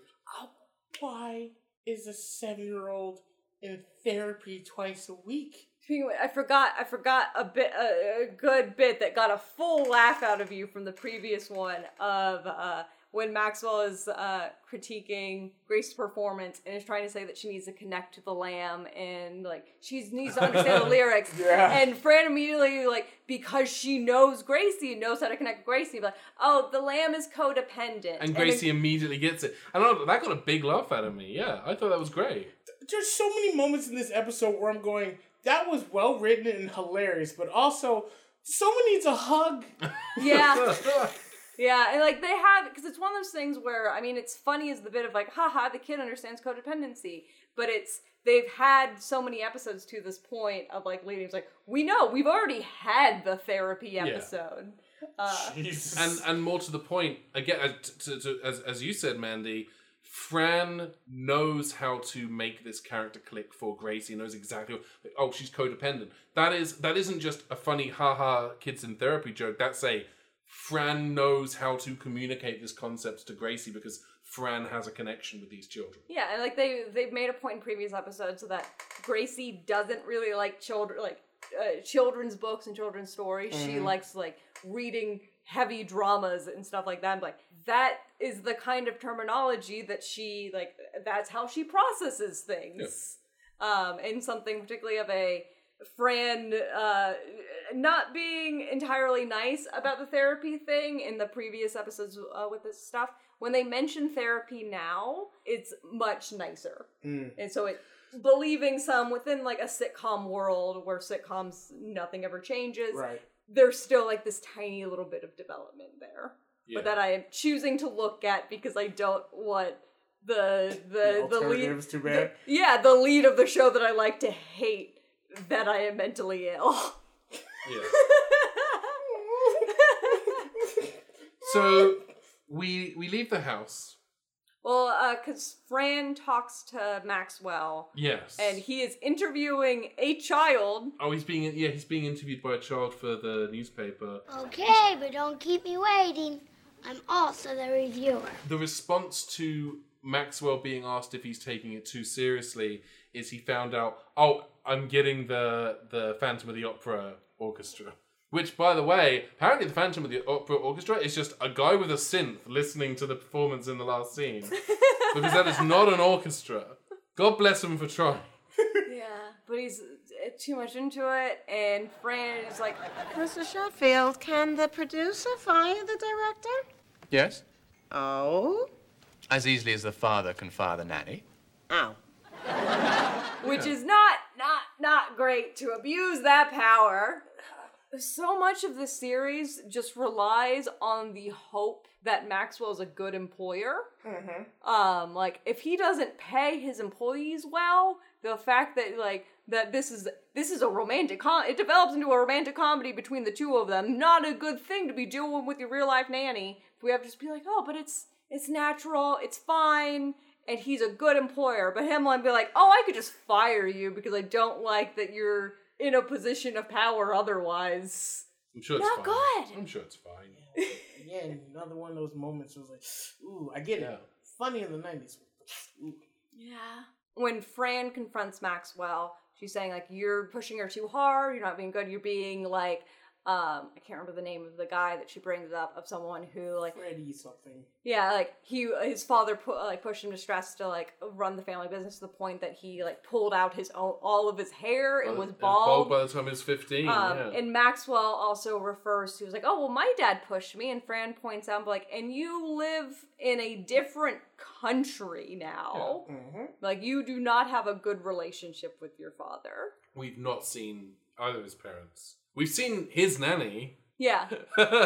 Why is a seven-year-old in therapy twice a week? Speaking of, I forgot. I forgot a bit, a, a good bit that got a full laugh out of you from the previous one of uh, when Maxwell is uh, critiquing Grace's performance and is trying to say that she needs to connect to the lamb and like she needs to understand the lyrics. Yeah. And Fran immediately like because she knows Gracie and knows how to connect with Gracie, like oh the lamb is codependent. And then- Gracie immediately gets it. And I, that got a big laugh out of me. Yeah, I thought that was great. <laughs> There's so many moments in this episode where I'm going, "That was well written and hilarious," but also, someone needs <laughs> a hug. <laughs> yeah. Yeah, and like they have, because it's one of those things where, I mean, it's funny as the bit of like, haha, the kid understands codependency, but it's, they've had so many episodes to this point of like leading, it's like, we know, we've already had the therapy episode. Uh, and and more to the point, again, as, to, to, as as you said, Mandy, Fran knows how to make this character click for Gracie. Knows exactly. What, oh, she's codependent. That is that isn't just a funny haha kids in therapy joke. That's a Fran knows how to communicate this concept to Gracie because Fran has a connection with these children. yeah, and like they, they've made a point in previous episodes that Gracie doesn't really like children, like uh, children's books and children's stories. She likes like reading heavy dramas and stuff like that. I'm like that is the kind of terminology that she like. That's how she processes things. Um, and something particularly of a Fran uh, not being entirely nice about the therapy thing in the previous episodes uh, with this stuff When they mention therapy now, it's much nicer. Mm, And so it believing some within like a sitcom world where sitcoms nothing ever changes, Right. there's still like this tiny little bit of development there. Yeah. But that I am choosing to look at because I don't want the the the, lead alternative's too bad. the- yeah, the lead of the show that I like to hate that I am mentally ill. <laughs> Yeah. so we we leave the house. well, uh, cause Fran talks to Maxwell Yes. and he is interviewing a child oh, he's being yeah he's being interviewed by a child for the newspaper. Okay, but don't keep me waiting. I'm also the reviewer. The response to Maxwell being asked if he's taking it too seriously is he found out oh I'm getting the the Phantom of the Opera orchestra. Which, by the way, apparently the Phantom of the Opera Orchestra is just a guy with a synth listening to the performance in the last <laughs> scene. because that is not an orchestra. God bless him for trying. Yeah, but he's uh, too much into it, and Fran is like, Mr. Sheffield, can the producer fire the director? Yes? Oh. As easily as the father can fire the nanny. Ow. which is not, not, not great to abuse that power. So much of this series just relies on the hope that Maxwell's a good employer. Um, like if he doesn't pay his employees well, the fact that like that this is this is a romantic com- it develops into a romantic comedy between the two of them. Not a good thing to be doing with your real life nanny. We have to just be like, oh, but it's it's natural, it's fine, and he's a good employer. But him, I'd be like, oh, I could just fire you because I don't like that you're in a position of power otherwise. I'm sure it's Not fine. good. I'm sure it's fine. Yeah, another one of those moments was like, ooh, I get it. Funny in the 90s. Ooh. Yeah. When Fran confronts Maxwell, she's saying like you're pushing her too hard, you're not being good, you're being like um I can't remember the name of the guy that she brings up of someone who like Freddy something. yeah, like he his father pu- like pushed him to stress to like run the family business to the point that he like pulled out his own all of his hair and By was the- bald. by the time he was 15. Um, yeah. And Maxwell also refers to, he's like, oh, well, my dad pushed me. And Fran points out, like, and you live in a different country now. Mm-hmm. Like, you do not have a good relationship with your father. We've not seen either of his parents. We've seen his nanny. Yeah.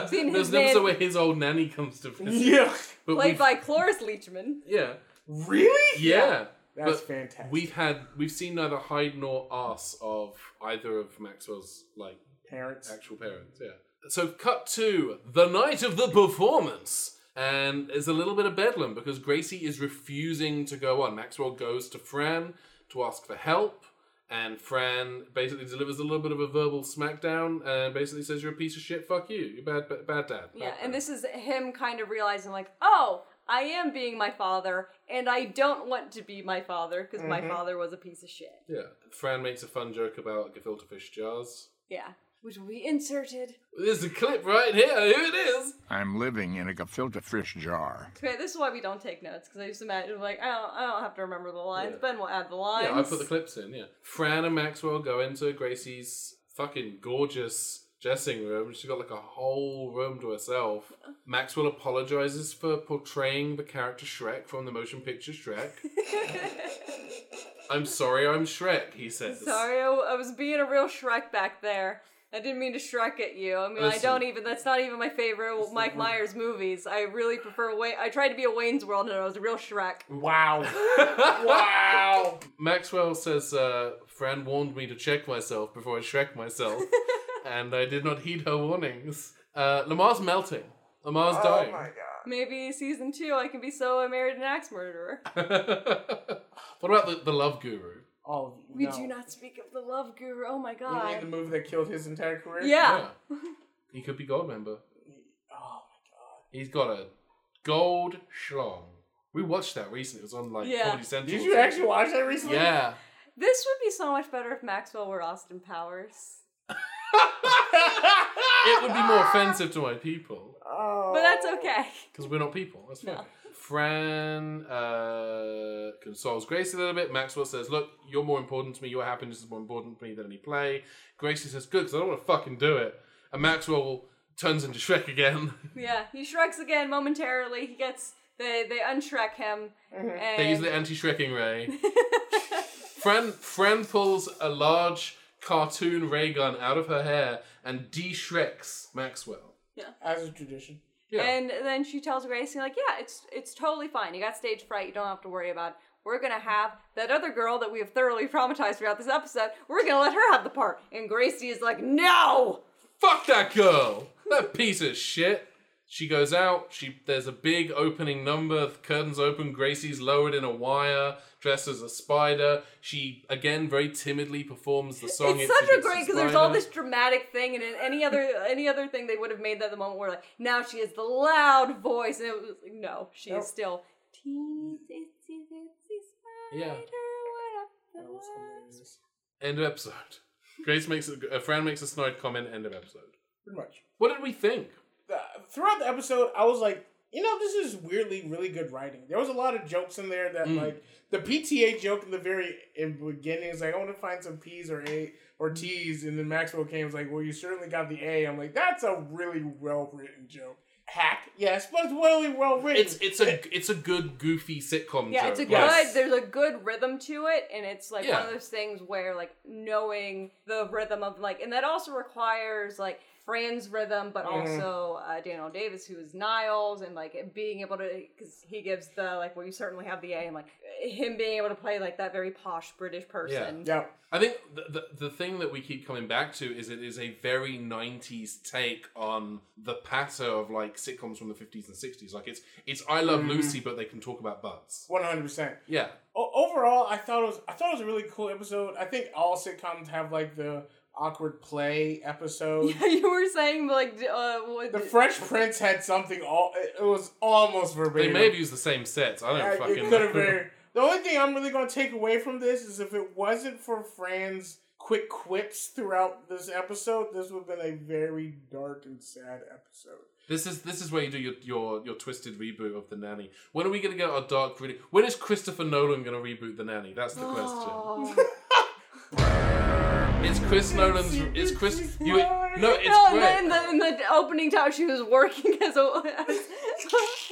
Seen <laughs> There's his an episode nan- where his old nanny comes to visit. Yeah. <laughs> But Played we've- by Cloris <laughs> Leachman. Yeah. Really? Yeah. That's But fantastic. We've had we've seen neither hide nor ass of either of Maxwell's like Parents. actual parents. Yeah. So cut to the night of the performance, and there's a little bit of bedlam because Gracie is refusing to go on. Maxwell goes to Fran to ask for help, and Fran basically delivers a little bit of a verbal smackdown and basically says, "You're a piece of shit. Fuck you. You bad, bad, bad dad." bad Yeah. dad." And this is him kind of realizing, like, oh, I am being my father, and I don't want to be my father because Mm-hmm. my father was a piece of shit. Yeah. Fran makes a fun joke about gefilte fish jars. Yeah. Which will be inserted. There's a clip right here. Here it is. I'm living in a gefilte fish jar. Okay, this is why we don't take notes because I just imagine like I don't, I don't have to remember the lines. Ben will add the lines. Yeah, I put the clips in. Yeah, Fran and Maxwell go into Gracie's fucking gorgeous dressing room. She's got like a whole room to herself. Maxwell apologizes for portraying the character Shrek from the motion picture Shrek. I'm sorry, I'm Shrek. He says. Sorry, I, I was being a real Shrek back there. I didn't mean to Shrek at you. I mean, I Listen. don't even. That's not even my favorite Mike Myers movies. I really prefer Wayne. I tried to be a Wayne's World, and I was a real Shrek. Wow. wow. Maxwell says, uh, Fran warned me to check myself before I Shrek myself, and I did not heed her warnings. Uh, Lamar's melting. Lamar's Oh dying. my god. Maybe season two, I can be so I married an axe murderer. <laughs> what about the, the love guru? Oh, We no. do not speak of the love guru. Oh my You mean the god. movie that killed his entire career? Yeah. Yeah. He could be gold member. Oh He's got a gold schlong. We watched that recently. It was on like Yeah. Comedy my Central. god. or Did you something. actually watch that recently? Yeah. This would be so much better if Maxwell were Austin Powers. It would be more offensive to my people <laughs> Oh. But that's okay. <laughs> because we're not people. That's fine. Fran uh, consoles Gracie a little bit. Maxwell says, "Look, you're more important to me. Your happiness is more important to me than any play." Gracie says, "Good, because I don't want to fucking do it." And Maxwell turns into Shrek again. <laughs> Yeah, he shrugs again momentarily. He gets They they unshrek him. And They use <laughs> the anti-shrekking ray. Fran Fran pulls a large cartoon ray gun out of her hair and de-shreks Maxwell. As a tradition. Yeah. And then she tells Gracie, like, yeah, it's it's totally fine. You got stage fright. You don't have to worry about. It. We're gonna have that other girl that we have thoroughly <laughs> traumatized throughout this episode. We're gonna let her have the part. And Gracie is like, no. Fuck that girl! That piece of shit. She goes out. She there's a big opening number. The curtains open. Gracie's lowered in a wire, dressed as a spider. She again very timidly performs the song. It's such a Against the great because there's all Spider. this dramatic thing, and in any other <laughs> any other thing they would have made that the moment where like now she has the loud voice, and it was like, no, she Nope. is still teeny tiny, tiny spider. Yeah. went up the That was wires." hilarious. End of episode. Grace makes a, uh, Fran makes a snide comment. End of episode. Pretty much. What did we think? Uh, throughout the episode, I was like, you know, this is weirdly really good writing. There was a lot of jokes in there that, like, the PTA joke in the very in beginning is like, I want to find some P's or A or T's. And then Maxwell came was like, well, you certainly got the A. I'm like, that's a really well written joke. Hack, yes, but it's really well written. It's it's a it's a good goofy sitcom. Yeah, joke. it's a good. Yes. There's a good rhythm to it, and it's like one Yeah. of those things where like knowing the rhythm of like, and that also requires like Fran's rhythm, but Mm-hmm. also uh, Daniel Davis, who is Niles, and like being able to because he gives the like, well, you certainly have the A, and like him being able to play like that very posh British person. yeah. I think the, the the thing that we keep coming back to is it is a very '90s take on the patter of like sitcoms from the '50s and '60s. Like it's it's I Love Lucy, but they can talk about butts. One hundred percent. Yeah, Overall, I thought it was I thought it was a really cool episode. I think all sitcoms have like the awkward play episode. <laughs> Yeah, you were saying like d- uh, what, The Fresh Prince had something all it it was almost they verbatim. may have used the same sets. I don't Uh, fucking. it could have been. The only thing I'm really going to take away from this is if it wasn't for Fran's quick quips throughout this episode, this would have been a very dark and sad episode. <laughs> This is this is where you do your your your twisted reboot of the nanny. When are we gonna get our dark? Re- when is Christopher Nolan gonna reboot the nanny? That's the question. Oh. It's Chris Nolan's. It's Chris. You, no, it's no, great. and then in the, in the opening time she was working as a, <laughs>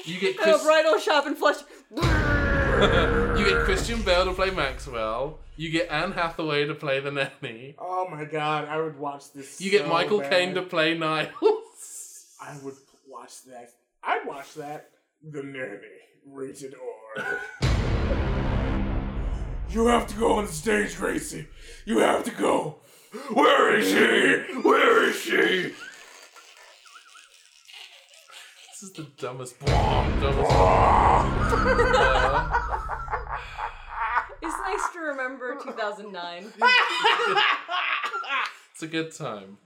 You get at Chris. a bridal shop in Flush. You get Christian Bale to play Maxwell. You get Anne Hathaway to play the nanny. Oh my god, I would watch this. You get so Michael bad. Caine to play <laughs> Niles. I would watch that. I'd watch that. The Nanny, rated R. <laughs> you have to go on the stage, Gracie. You have to go. Where is she? Where is she? This is the dumbest. dumbest It's nice to remember 2009. it's a good time.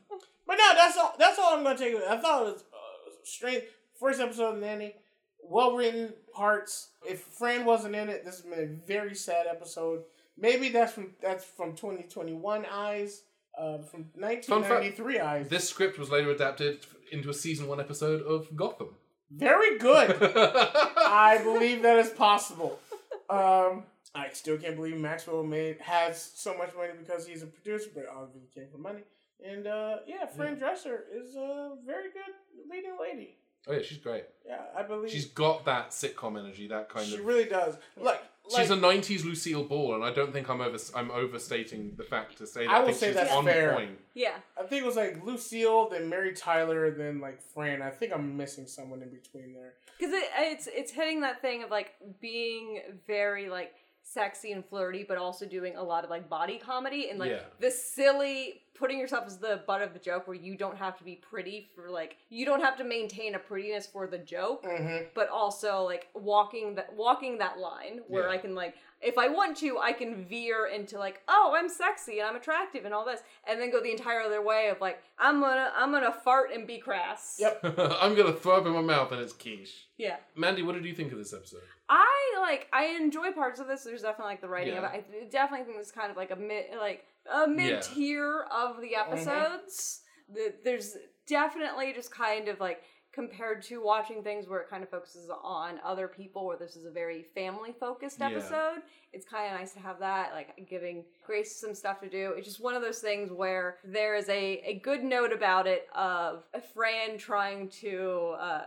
But no, that's all. That's all I'm gonna take. I thought it was uh, straight first episode of Nanny, well written parts. If Fran wasn't in it, this has been a very sad episode. Maybe that's from that's from 2021 eyes, uh, from 1993 eyes. This script was later adapted into a season one episode of Gotham. <laughs> Oh, Very good. I believe that is possible. Um, I still can't believe Maxwell made has so much money because he's a producer, but obviously he came for money. And uh, yeah, Fran Dresser is a very good leading lady. Oh yeah, she's great. Yeah, I believe She's got that sitcom energy, that kind She of. really does. Like, like she's a '90s Lucille Ball, and I don't think I'm over. I'm overstating the fact to say that. I will think say she's that's on fair. point. <laughs> Yeah. I think it was like Lucille, then Mary Tyler, then like Fran. I think I'm missing someone in between there. Because it, it's it's hitting that thing of like being very like sexy and flirty, but also doing a lot of like body comedy and like Yeah. the silly putting yourself as the butt of the joke, where you don't have to be pretty for like you don't have to maintain a prettiness for the joke, but also like walking that walking that line where Yeah. I can like if I want to, I can veer into like oh I'm sexy and I'm attractive and all this, and then go the entire other way of like I'm gonna I'm gonna fart and be crass. Yep. I'm gonna throw up in my mouth, and it's quiche. Yeah. Mandy, what did you think of this episode? I like I enjoy parts of this. There's definitely like the writing Yeah. of it. I definitely think it's kind of like a mid like a mid tier of the Mm-hmm. episodes. The- There's definitely just kind of like compared to watching things where it kind of focuses on other people where this is a very family focused Yeah. episode it's kind of nice to have that like giving grace some stuff to do it's just one of those things where there is a, a good note about it of fran trying to uh,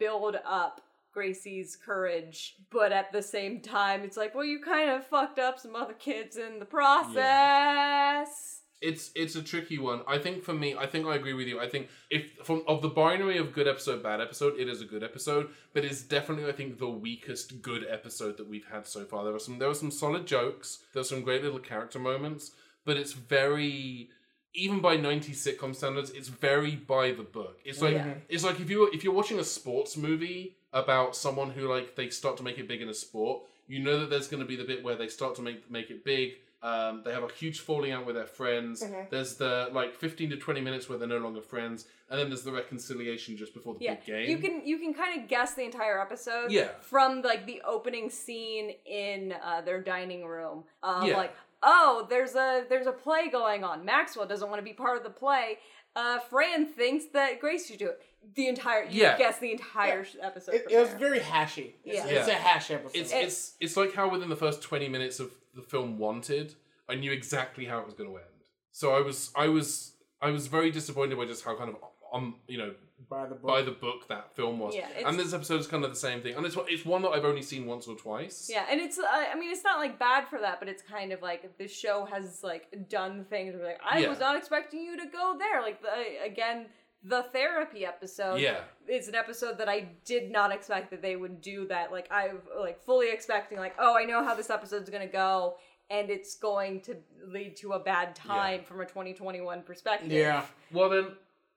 build up Gracie's courage, but at the same time, it's like, well, you kind of fucked up some other kids in the process. It's it's a tricky one. I think for me, I think I agree with you. I think if from of the binary of good episode, bad episode, it is a good episode, but it's definitely I think the weakest good episode that we've had so far. There were some there were some solid jokes, there's some great little character moments, but it's very even by 90s sitcom standards, it's very by the book. It's like it's like if you were- if you're watching a sports movie about someone who like they start to make it big in a sport, you know that there's going to be the bit where they start to make make it big. Um, they have a huge falling out with their friends. Mm-hmm. There's the like 15 to 20 minutes where they're no longer friends, and then there's the reconciliation just before the Yeah, big game. you can you can kind of guess the entire episode. Yeah. from like the opening scene in uh, their dining room. Um, Yeah. like oh, there's a there's a play going on. Maxwell doesn't want to be part of the play. Uh, Fran thinks that Grace should do it. The entire you Yeah. guess the entire sh episode. It, from it was there. very hashy. It's, Yeah. it's a hash episode. It's it's it's like how within the first twenty minutes of the film Wanted, I knew exactly how it was going to end. So I was I was I was very disappointed by just how kind of um you know by the book. by the book that film was. Yeah, it's- and this episode is kind of the same thing, and it's one- it's one that I've only seen once or twice. Yeah, and it's uh, I mean it's not like bad for that, but it's kind of like the show has like done things where, like I Yeah. was not expecting you to go there. Like the again the therapy episode. Yeah. It's an episode that I did not expect that they would do that. Like I like fully expecting like oh I know how this episode's going to go and it's going to lead to a bad time from a 2021 perspective. yeah. Well then,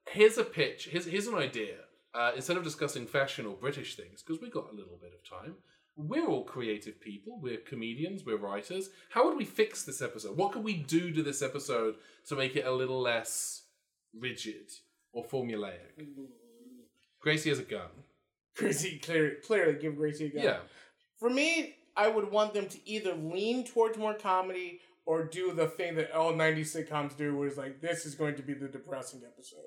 here's a pitch. Here's here's an idea. Uh, instead of discussing fashion or British things, because we got a little bit of time, we're all creative people. We're comedians. We're writers. How would we fix this episode? What could we do to this episode to make it a little less rigid or formulaic? Gracie has a gun. Gracie clearly, clearly give Gracie a go. Yeah. For me, I would want them to either lean towards more comedy or do the thing that all 90s sitcoms do, where it's like, this is going to be the depressing episode.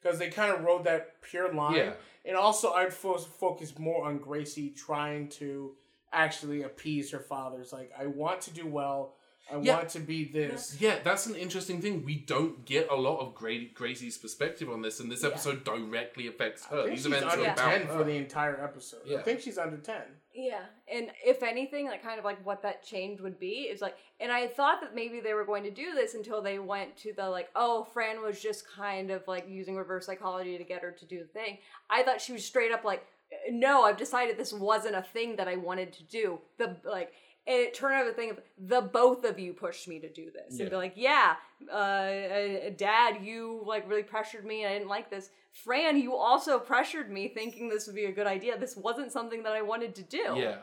Because they kind of rode that pure line. Yeah. And also, I'd fo- focus more on Gracie trying to actually appease her father's. Like, I want to do well. I Yeah. want to be this. Yeah, that's an interesting thing. We don't get a lot of Gra- Gracie's perspective on this, and this episode directly affects her. I think These she's events are under about 10 her. for the entire episode. Uh. Yeah. I think she's under 10. Yeah, and if anything, like kind of like what that change would be is like, and I thought that maybe they were going to do this until they went to the like, oh, Fran was just kind of like using reverse psychology to get her to do the thing. I thought she was straight up like, no, I've decided this wasn't a thing that I wanted to do. The like, and it turned out a thing of the both of you pushed me to do this, and be like, yeah, uh, uh, Dad, you like really pressured me, and I didn't like this. Fran, you also pressured me thinking this would be a good idea. This wasn't something that I wanted to do. Yeah.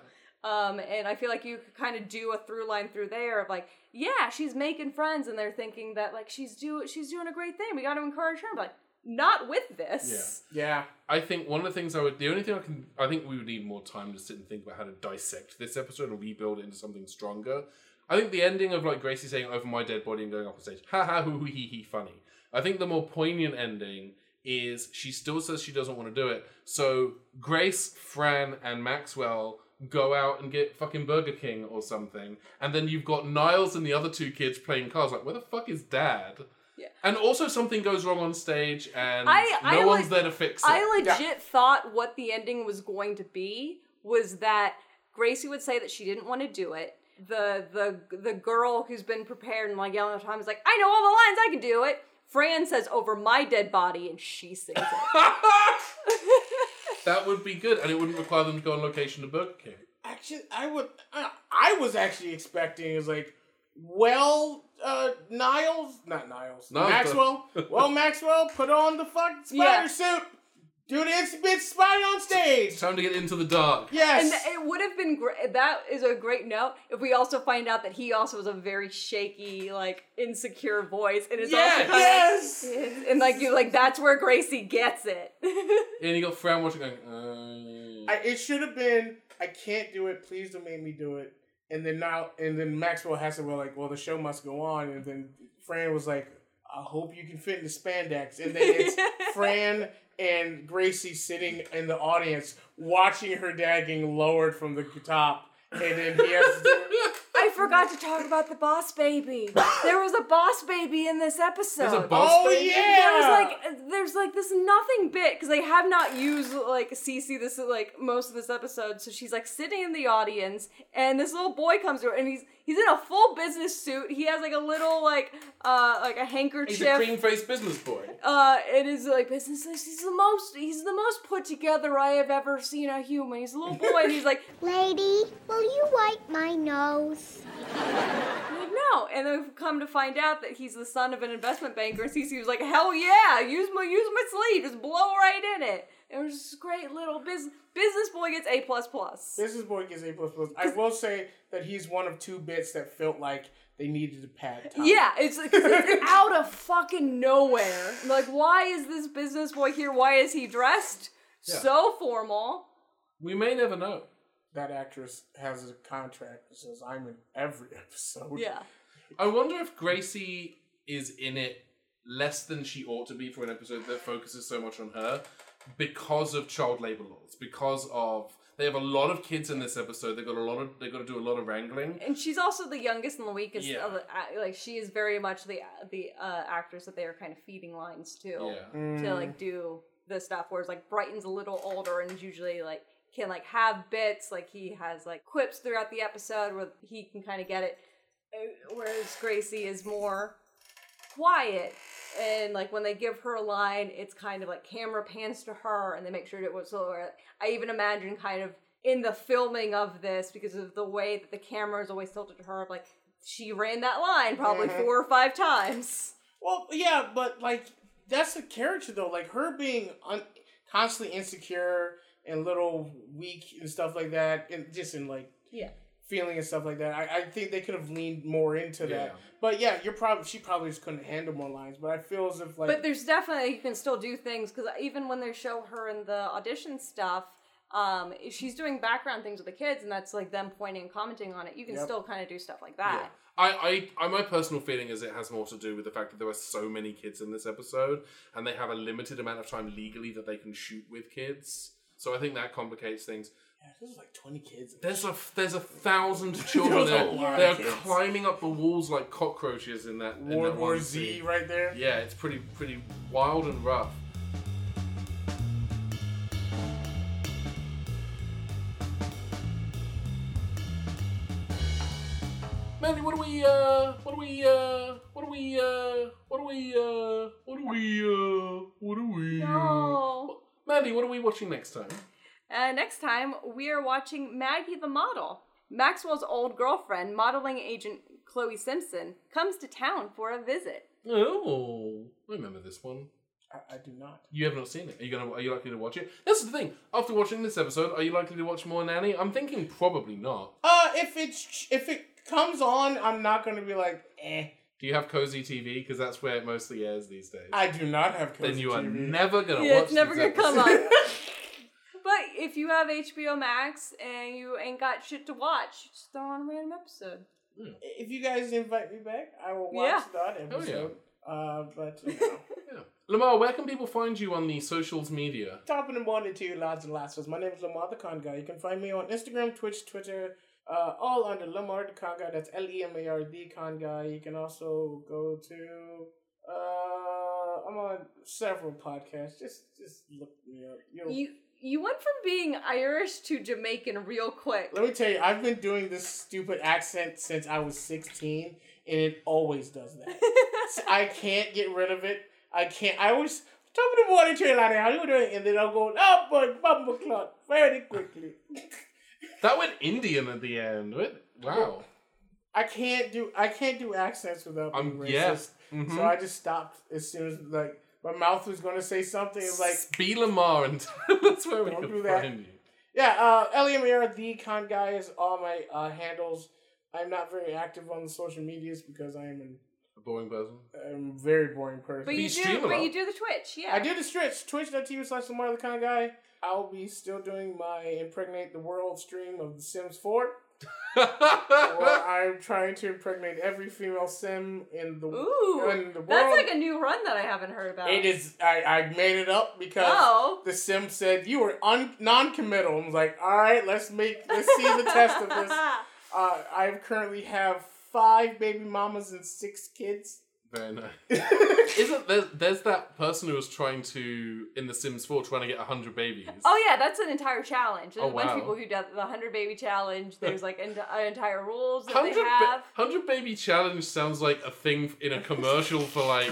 Um, and I feel like you could kind of do a through line through there of like, yeah, she's making friends, and they're thinking that like she's do she's doing a great thing. We got to encourage her, but like, not with this. Yeah. I think one of the things I would, the only thing I can, I think we would need more time to sit and think about how to dissect this episode and rebuild it into something stronger. I think the ending of like Gracie saying over my dead body and going off the stage, ha ha hoo hoo hee hee, funny. I think the more poignant ending is she still says she doesn't want to do it. So Grace, Fran, and Maxwell go out and get fucking Burger King or something, and then you've got Niles and the other two kids playing cards. Like, where the fuck is Dad? Yeah. And also something goes wrong on stage, and I- no I one's like- there to fix it. I legit thought what the ending was going to be was that Gracie would say that she didn't want to do it. The the the girl who's been prepared and like yelling all the time is like, I know all the lines, I can do it. Fran says over my dead body, and she sings it. That would be good, and it wouldn't require them to go on location to Burger King. Actually, I would. I, I was actually expecting is like, well, uh, Niles, not Niles, Niles, Maxwell. well, Maxwell, put on the fucking Yeah. spider suit. Do the instant spider on It's stage. time to get into the dark. And <laughs> Yes. it would have been great. That is a great note if we also find out that he also has a very shaky, like insecure voice, and it's also Yes! kind of- yes. and like you like that's where Gracie gets it. <laughs> And you got Fran watching going, uh, I, it should have been. I can't do it. Please don't make me do it. And then now, and then Maxwell has to well, like, well, the show must go on. And then Fran was like, I hope you can fit in the spandex. And then it's <laughs> Fran and Gracie sitting in <laughs> the audience watching her dad getting lowered from the top. And then he has to do it. I forgot to talk about the boss baby. there was a boss baby in this episode. There's a boss Oh baby? yeah. There was like there's like this nothing bit because they have not used like Cece this like most of this episode. So she's like sitting in the audience, and this little boy comes to her, and he's he's in a full business suit. He has like a little like uh like a handkerchief. He's a cream faced business boy. uh, it is like business. He's the most he's the most put together I have ever seen a human. He's a little boy, and he's like Lady, will you wipe my nose? I'm like, no. And then we've come to find out that he's the son of an investment banker. And Cece was like, hell yeah, use my use my sleeve, just blow right in it. It was just great little business. Business boy gets A plus plus. This is boy gets A plus plus. I will say that he's one of two bits that felt like they needed to pad. time. Yeah, it's, like- <laughs> it's out of fucking nowhere. Like, why is this business boy here? Why is he dressed so formal? We may never know. that actress has a contract that says I'm in every <laughs> episode. Yeah. I wonder if Gracie is in it less than she ought to be for an episode that focuses so much on her because of child labor laws. Because of they have a lot of kids in this episode. They got a lot of they got to do a lot of wrangling. And she's also the youngest and the weakest. Yeah. Of the, act- like, she is very much the the uh, actress that they are kind of feeding lines to. Yeah. Mm. to like do the stuff whereas like brighton's a little older and is usually like can like have bits like he has like quips throughout the episode where he can kind of get it Uh, whereas gracie is more quiet and like when they give her a line it's kind of like camera pans to her and they make sure that was so uh, i even imagine kind of in the filming of this because of the way that the camera is always tilted to her like she ran that line probably four or five times Well, yeah, but like that's the character though. Like her being un- constantly insecure and little weak and stuff like that, and just in like yeah feeling and stuff like that. I, I think they could have leaned more into that. Yeah. But yeah, you're probably she probably just couldn't handle more lines. But I feel as if like But there's definitely you can still do things because even when they show her in the audition stuff, um, she's doing background things with the kids, and that's like them pointing and commenting on it. You can Yep. still kind of do stuff like that. I, I, I, my personal feeling is it has more to do with the fact that there are so many kids in this episode, and they have a limited amount of time legally that they can shoot with kids. So I think that complicates things. yeah, there's like 20 kids. There's a there's a <laughs> thousand children. There's a there. lot of They are kids. climbing up the walls like cockroaches in that in World that War one Z scene. right there. Yeah, it's pretty pretty wild and rough. Mandy, what do we uh what do we uh what do we uh what do we uh what do we uh what do we uh, No. Mandy, what are we watching next time? Uh, next time we are watching Maggie the model. Maxwell's old girlfriend, modeling agent Chloe Simpson, comes to town for a visit. Oh, I remember this one. I, I do not. You have not seen it. Are you gonna? Are you likely to watch it? That's the thing. After watching this episode, are you likely to watch more Nanny? I'm thinking probably not. Uh, if it's if it comes on, I'm not gonna be like eh. Do you have Cozy TV? Because that's where it mostly airs these days. I do not have. Cozy then you are TV. never gonna Yeah, watch. it's never these gonna come up. episodes. But if you have HBO Max and you ain't got shit to watch, just throw on a random episode. <laughs> If you guys invite me back, I will Yeah. watch that episode. Uh, but you know, <laughs> <laughs> Yeah. Lamar, where can people find you on the socials media? topping and bonding to you, lads and lasses. My name is Lamar the Con Guy. You can find me on Instagram, Twitch, Twitter, uh, all under Lamar the Con Guy. That's L E M A R D Con Guy. You can also go to. Uh, I'm on several podcasts. Just, just look me up. You'll, You you went from being Irish to Jamaican real quick. Let me tell you, I've been doing this stupid accent since I was 16, and it always does that. So I can't get rid of it. I can't. I always top of the morning train line, how you doing? And then I'll go, oh, but bumble clock, very quickly. <laughs> That went Indian at the end. What- Wow. I can't do I can't do accents without being I'm racist. yes. So I just stopped as soon as like my mouth was gonna say something. It was like be Lamar and <laughs> that's where we Don't can do that. find you. Yeah, uh, LMAR, the con guy, is all my uh, handles. I'm not very active on the social medias because I am an, A boring person. I'm a very boring person. But you do stream a but lot. you do the Twitch, yeah. I do the stretch. Twitch.tv slash Lamar the kind of guy. I'll be still doing my impregnate the world stream of The <laughs> Sims 4. where I'm trying to impregnate every female sim in the, Ooh. in the world. That's like a new run that I haven't heard about. it is. I, I made it up because Oh. the <laughs> sim said you were un, non-committal. I'm like, all right, let's make let's see the test of this. Uh, I currently have five baby mamas and six kids. <laughs> <laughs> Very nice. Isn't there, there's that person who was trying to in The Sims 4 trying to get hundred babies? Oh yeah, that's an entire challenge. There's Oh, a bunch wow. of people who do the hundred baby <laughs> challenge. There's like ent- uh, entire rules that they 100, have. ba- 100 baby challenge sounds like a thing in a commercial for like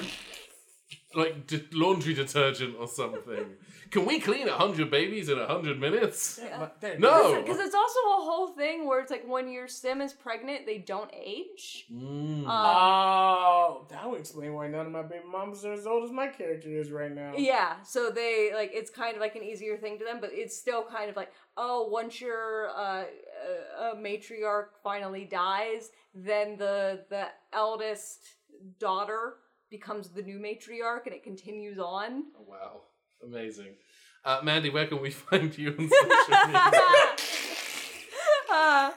like d- laundry detergent or something. Can we clean 100 babies in 100 minutes? But there- No. Because it's also a whole thing where it's like when your sim is pregnant, they don't age. Mm. Ah. Um, Oh, that would explain why none of my baby mamas are as old as my character is right Um, now. yeah, so they like it's kind of like an easier thing to them, but it's still kind of like oh, once your uh, uh, uh, matriarch finally dies, then the the eldest daughter becomes the new matriarch, and it <laughs> continues on. <laughs> Oh, Wow. Amazing. Uh, Mandy, where can we <laughs> find you on social <laughs> media? Uh,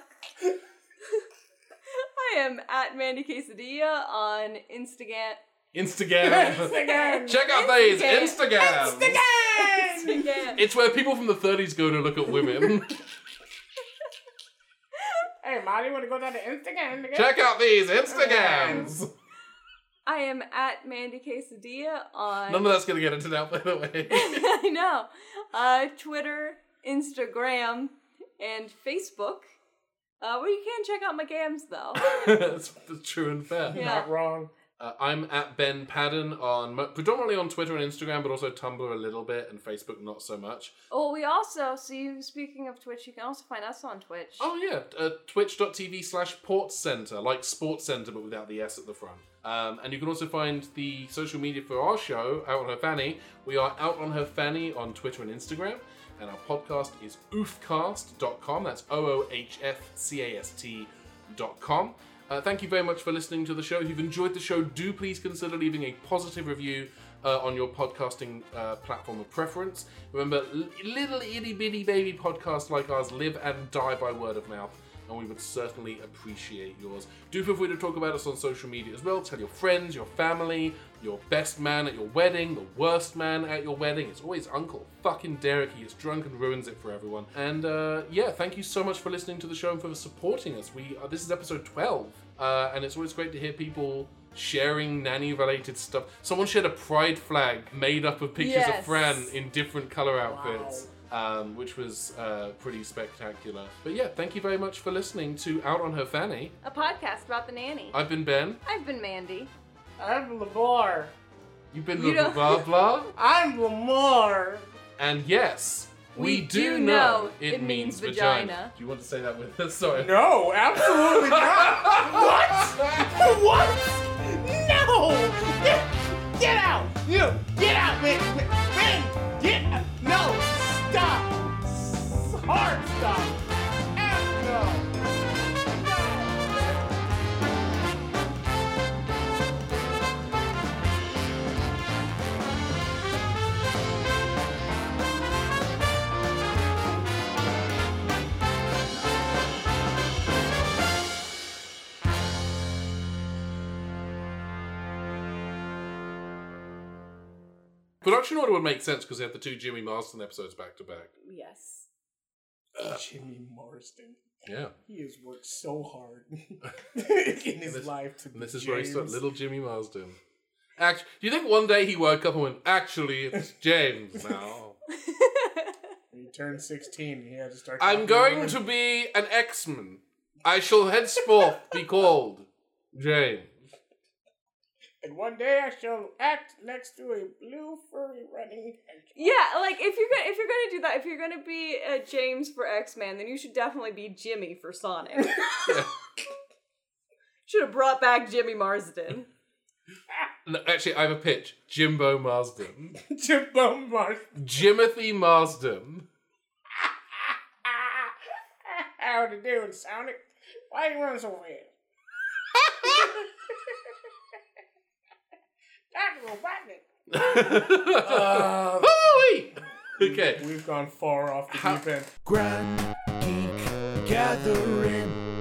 I am at Mandy Quesadilla on Instagram. <laughs> Instagram. Again. Check out these Instagram. Instagram. Instagram. It's where people from the 30s go to look at <laughs> women. <laughs> Hey, Molly, want to go down to Instagram? again? Check out these Instagrams. I am at Mandy Quesadilla on. None of that's gonna get edited out, by the way. <laughs> <laughs> I know. Uh, Twitter, Instagram, and Facebook. Uh, well, you can check out my games though. that's, that's true and fair. Yeah. Not wrong. Uh, I'm at Ben Padden on mo- predominantly on Twitter and Instagram, but also Tumblr a little bit and Facebook not so much. Oh, we also see you. Speaking of Twitch, you can also find us on Twitch. Oh yeah, uh, twitch.tv slash port center, like sports center, but without the S at the front. Um, and you can also find the social media for our show, Out on Her Fanny. We are Out on Her Fanny on Twitter and Instagram. And our podcast is oofcast.com. That's O O H F C A S T.com. Uh, thank you very much for listening to the show. If you've enjoyed the show, do please consider leaving a positive review uh, on your podcasting uh, platform of preference. Remember, l- little itty bitty baby podcasts like ours live and die by word of mouth, and we would certainly appreciate yours. Do feel free to talk about us on social media as well. Tell your friends, your family, your best man at your wedding, the worst man at your wedding. It's always Uncle fucking Derek. He is drunk and ruins it for everyone. And uh, yeah, thank you so much for listening to the show and for supporting us. We uh, this is episode twelve, uh, and it's always great to hear people sharing nanny related stuff. Someone shared a pride flag made up of pictures of Yes. Fran in different color outfits. Um, which was uh, pretty spectacular. But yeah, thank you very much for listening to Out on Her Fanny. A podcast about the nanny. I've been Ben. I've been Mandy. <laughs> I'm Lamar. You've been You blah blah don't- <laughs> blah. I'm Lamar. And yes, we, do know it, means, vagina. Do you want to say that with us? <laughs> Sorry. No, <laughs> absolutely not. what? What? No! Get, get out! You get out, man! Man, get out! No! Stop! S- Hard stop! F no! No! Production order would make sense because they had the two Jimmy Marston episodes back to back. Yes. Uh, Jimmy Morrison. Yeah. He has worked so hard <laughs> <laughs> in his This- life to And be this is where he started, James. little Jimmy Marsden. Act- do you think one day he woke up and went, actually, <laughs> it's James now? When he turned 16, he had to start. I'm talking going women. to be an X-Man. I shall henceforth be called James. And one day I shall act next to a blue furry running <laughs> hedgehog. Yeah, like if you're gonna if you're gonna do that, if you're gonna be uh, James for X Men, then you should definitely be Jimmy for Sonic. <laughs> should have brought back Jimmy Marsden. No, actually, I have a pitch. Jimbo <laughs> Marsden. Jimbo Marsden. Jimothy <laughs> Marsden. How to do it, Sonic? Why you run so fast? Dr. Robotnik. Uh, <laughs> Hooey! okay. We've gone far off the How- deep end. Grand Geek Gathering.